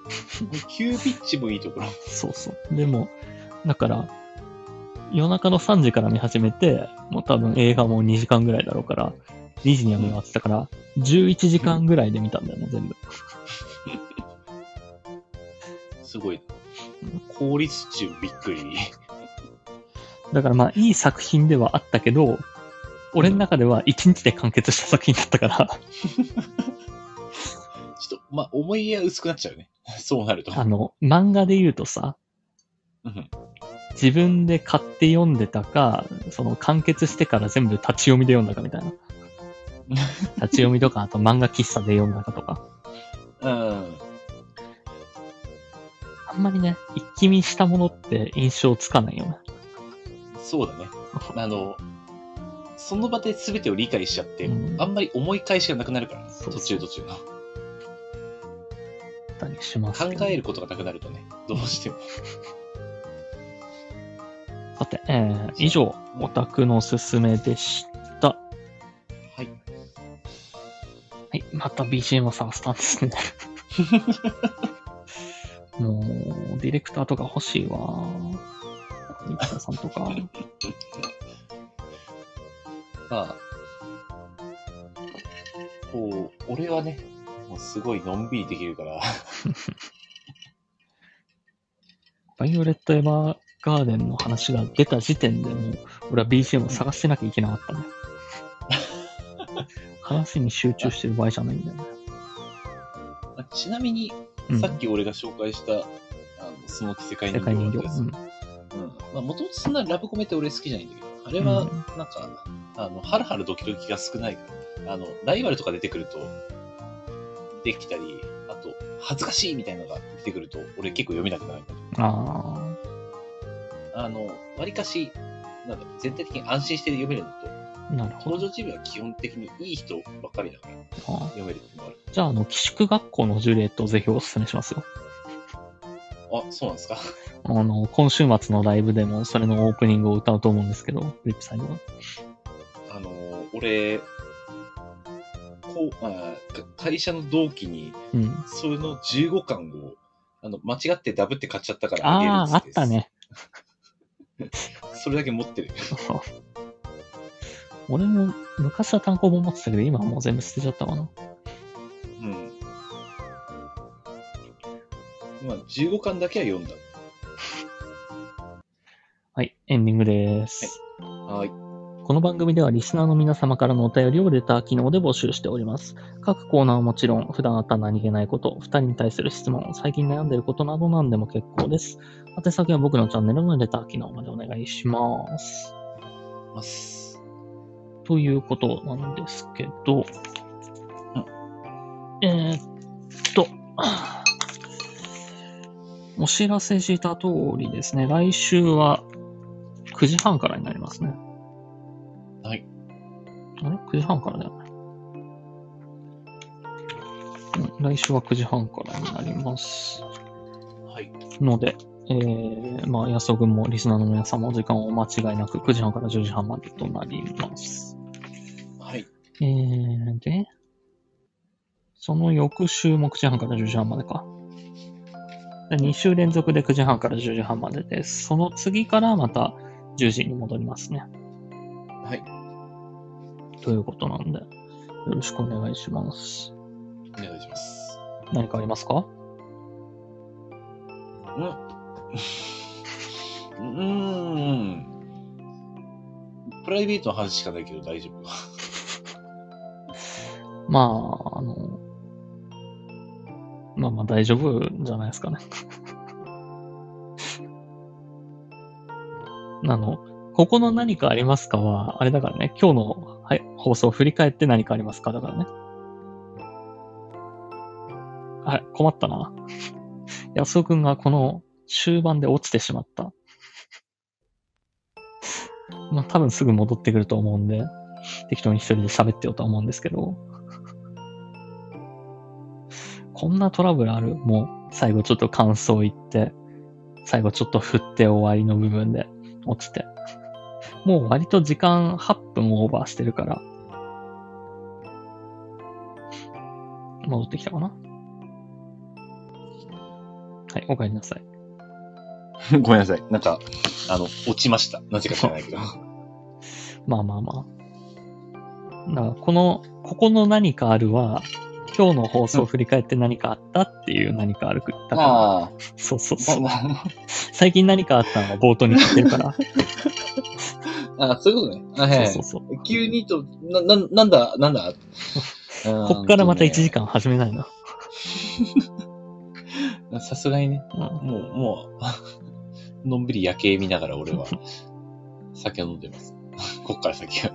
S2: 急ピッチもいいところ。
S1: そうそう。でも、だから、夜中の3時から見始めて、もう多分映画も2時間ぐらいだろうから、2時には見終わってたから、11時間ぐらいで見たんだよね、全部。
S2: すごい
S1: うん。
S2: 効率中びっくり。
S1: だからまあ、いい作品ではあったけど、俺の中では1日で完結した作品だったから、
S2: ちょっと、まあ、思い入れは薄くなっちゃうね。そうなると。
S1: あの、漫画で言うとさ、
S2: うん
S1: 自分で買って読んでたか、その完結してから全部立ち読みで読んだかみ たいな。立ち読みとか、あと漫画喫茶で読んだかとか。
S2: うん。
S1: んまりね、一気見したものって印象つかないよね。
S2: そうだね。あの、その場で全てを理解しちゃって、
S1: うん
S2: あんまり思い返しがなくなるからね、
S1: そうそう
S2: 途中途中の。
S1: だったりします
S2: 考
S1: けど
S2: えることがなくなるとね、どうしても。
S1: さて、えー以上、オタクのおすすめでした。は
S2: はい。
S1: い、また BGM を探したんですね。 もう、ディレクターとか欲しいわ。ミキサーさんとか。
S2: まあ、こう、俺はね、もうすごいのんびりできるから、
S1: バイオレット・エヴァーガーデンの話が出た時点でもう、俺は BGM を探してなきゃいけなか ったね。話に集中してる場合じゃないんだよね。
S2: あちなみに、
S1: うん
S2: さっき俺が紹介した、あのその着せ替え
S1: 世界人
S2: 人
S1: 形。
S2: 形です。
S1: う
S2: うんん。まあ、もともとそんなラブコメって俺好きじゃないんだけど、あれ
S1: う
S2: は
S1: ん、
S2: なんか、あの、ハラハラドキドキが少ないから、あの、ライバルとか出てくると、できたり、あと、恥ずかしいみたいなのが出てくると、俺結構読めなくなるんだけど。
S1: あ
S2: あの、わりかし、なんだろう全体的に安心して読めるのと、
S1: あ、なるほ
S2: 登
S1: ど。
S2: 場チームは基本的にいい人ばっかりだから
S1: あ
S2: 読めるっていうのがある。
S1: ーじゃあ、あの、寄宿学校のジュレットをぜひおすすめしますよ。
S2: あ、そうなんですか。
S1: あの、今週末のライブでもそれのオープニングを歌うと思うんですけど、フリップさんには。
S2: あのー、俺、こうあーか会社の同期に、
S1: うん。
S2: それの15巻を、あの、間違ってダブって買っちゃったからあげる
S1: ああ、あっ
S2: つ
S1: てたね。
S2: それだけ持ってる。
S1: 俺も昔は単行本持ってたけど、今はもう全部捨てちゃったかな。
S2: うん。まあ、15巻だけは読んだ。
S1: はい、エンディングです。
S2: はい。
S1: この番組ではリスナーの皆様からのお便りをレター機能で募集しております。各コーナーはもちろん、普段あった何気ないこと、二人に対する質問、最近悩んでることなど何でも結構です。宛先は僕のチャンネルのレター機能までお願いします。
S2: ます。
S1: ということなんですけど、えーっと、お知らせした通りですね、来週は9時半からになりますね。
S2: はい。
S1: あれ ?9 時半からだよね。うん来週は9時半からになります。
S2: はい。
S1: ので、えー、まあ、安尾君もリスナーの皆さんもお時間をお間違いなく9時半から10時半までとなります。
S2: はい。
S1: えー、で、その翌週も9時半から10時半までか。2週連続で9時半から10時半までです。その次からまた10時に戻りますね。
S2: はい。
S1: ということなんで、よろしくお願いします。
S2: お願いします。
S1: 何かありますか
S2: うーん。プライベートの話しかないけど大丈夫 か。
S1: まあ、あの、まあまあ大丈夫じゃないですかね。 あの、ここの何かありますかは、あれだからね、今日の、はい、放送を振り返って何かありますかだからね。あれ、困ったな。 安尾くんがこの終盤で落ちてしまった。まあ多分すぐ戻ってくると思うんで、適当に一人で喋ってようとは思うんですけど。こんなトラブルあるもう、最後ちょっと感想言って、最後ちょっと振って終わりの部分で落ちて。もう割と時間8分オーバーしてるから。戻ってきたかなはい、お帰りなさい。
S2: ごめんなさい。なんか、あの、落ちました。なぜか知らないけど。
S1: まあまあまあ。だから、この、ここの何かあるは、今日の放送を振り返って何かあったっていう何かあるだから、
S2: あ
S1: そうそうそ
S2: あ、
S1: う。
S2: まあ
S1: 最近何かあったの は冒頭に言ってるから。
S2: ああ、そういうことね。あはいはい
S1: そうそうそう。
S2: 急にと、な、な、なんだ、なん だ。
S1: こっからまた1時
S2: 間
S1: 間始めないな。
S2: さすがにね、
S1: うん
S2: もう、もう、 のんびり夜景見ながら俺は、酒を飲んでます。 こっから先は。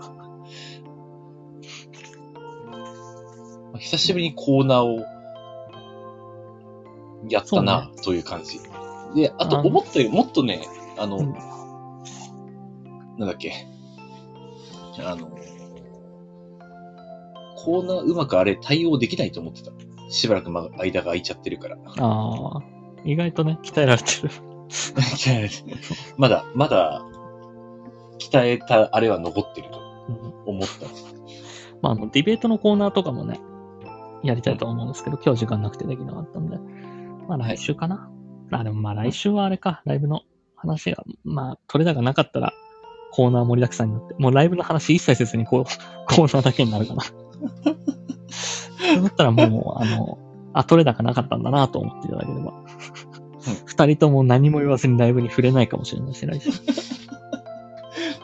S2: 久しぶりにコーナーを、やったな、という感じ。で、あと
S1: あの
S2: 思ったよりもっとね、あの、
S1: うん
S2: なんだっけ、あの、コーナーうまくあれ対応できないと思ってた。しばらく間が間が空いちゃってるから。
S1: ああ、意外とね、鍛えられてる。
S2: 違う まだ、まだ、鍛えたあれは残ってると
S1: うん
S2: 思った。
S1: まあ、あの、ディベートのコーナーとかもね、やりたいとは思うんですけど、今日時間なくてできなかったんで、まあ
S2: はい
S1: 来週かな。あ、でもまあ来週はあれか、ライブの話が、まあ、取れ高なかったら、コーナー盛りだくさんになって、もうライブの話一切せずに、こう、 コーナーだけになるかな。そうなったらもう、あの、あ、取れ高なかったんだなと思っていただければ。二人とも何も言わずにライブに触れないかもしれないし、来週。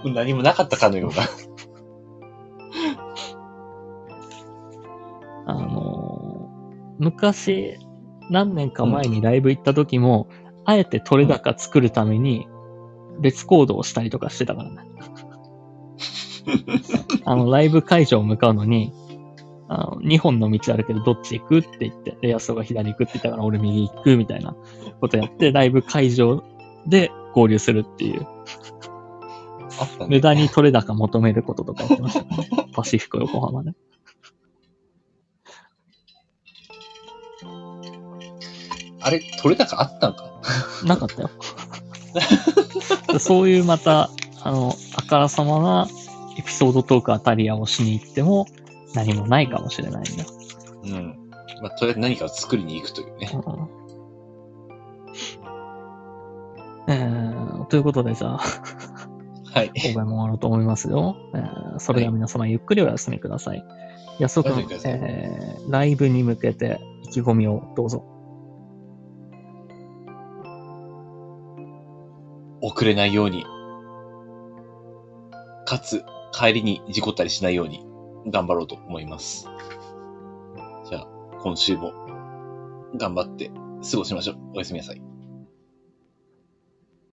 S2: もう何もなかったかのよう な。
S1: あのー昔、何年か前にライブ行った時も、あえて取れ高作るために、別行動をしたりとかしてたからね。あの、ライブ会場向かうのに、あの2本の道あるけど、どっち行くって言って、レアソが左行くって言ったから、俺右行くみたいなことやって、ライブ会場で合流するっていう、
S2: あった
S1: 無
S2: ね。
S1: 駄に取れ高求めることとかやってましたね。パシフィコ横浜ね。
S2: あれ、取れ高あったんか
S1: なかったよ。そういうまた、あの、あからさまなエピソードトークあたりやをしに行っても何もないかもしれないんだよ。
S2: うん。まあ、とりあえず何かを作りに行くというね。
S1: うんえーということで、じゃあ、
S2: はい。
S1: 今回も終わろうと思いますよ。えーそれでは皆様、ゆっくりお休みください。安岡
S2: お
S1: 君
S2: 休みくだ、さい
S1: えーライブに向けて意気込みをどうぞ。
S2: 遅れないように、かつ、帰りに事故ったりしないように、頑張ろうと思います。じゃあ、今週も、頑張って過ごしましょう。おやすみなさい。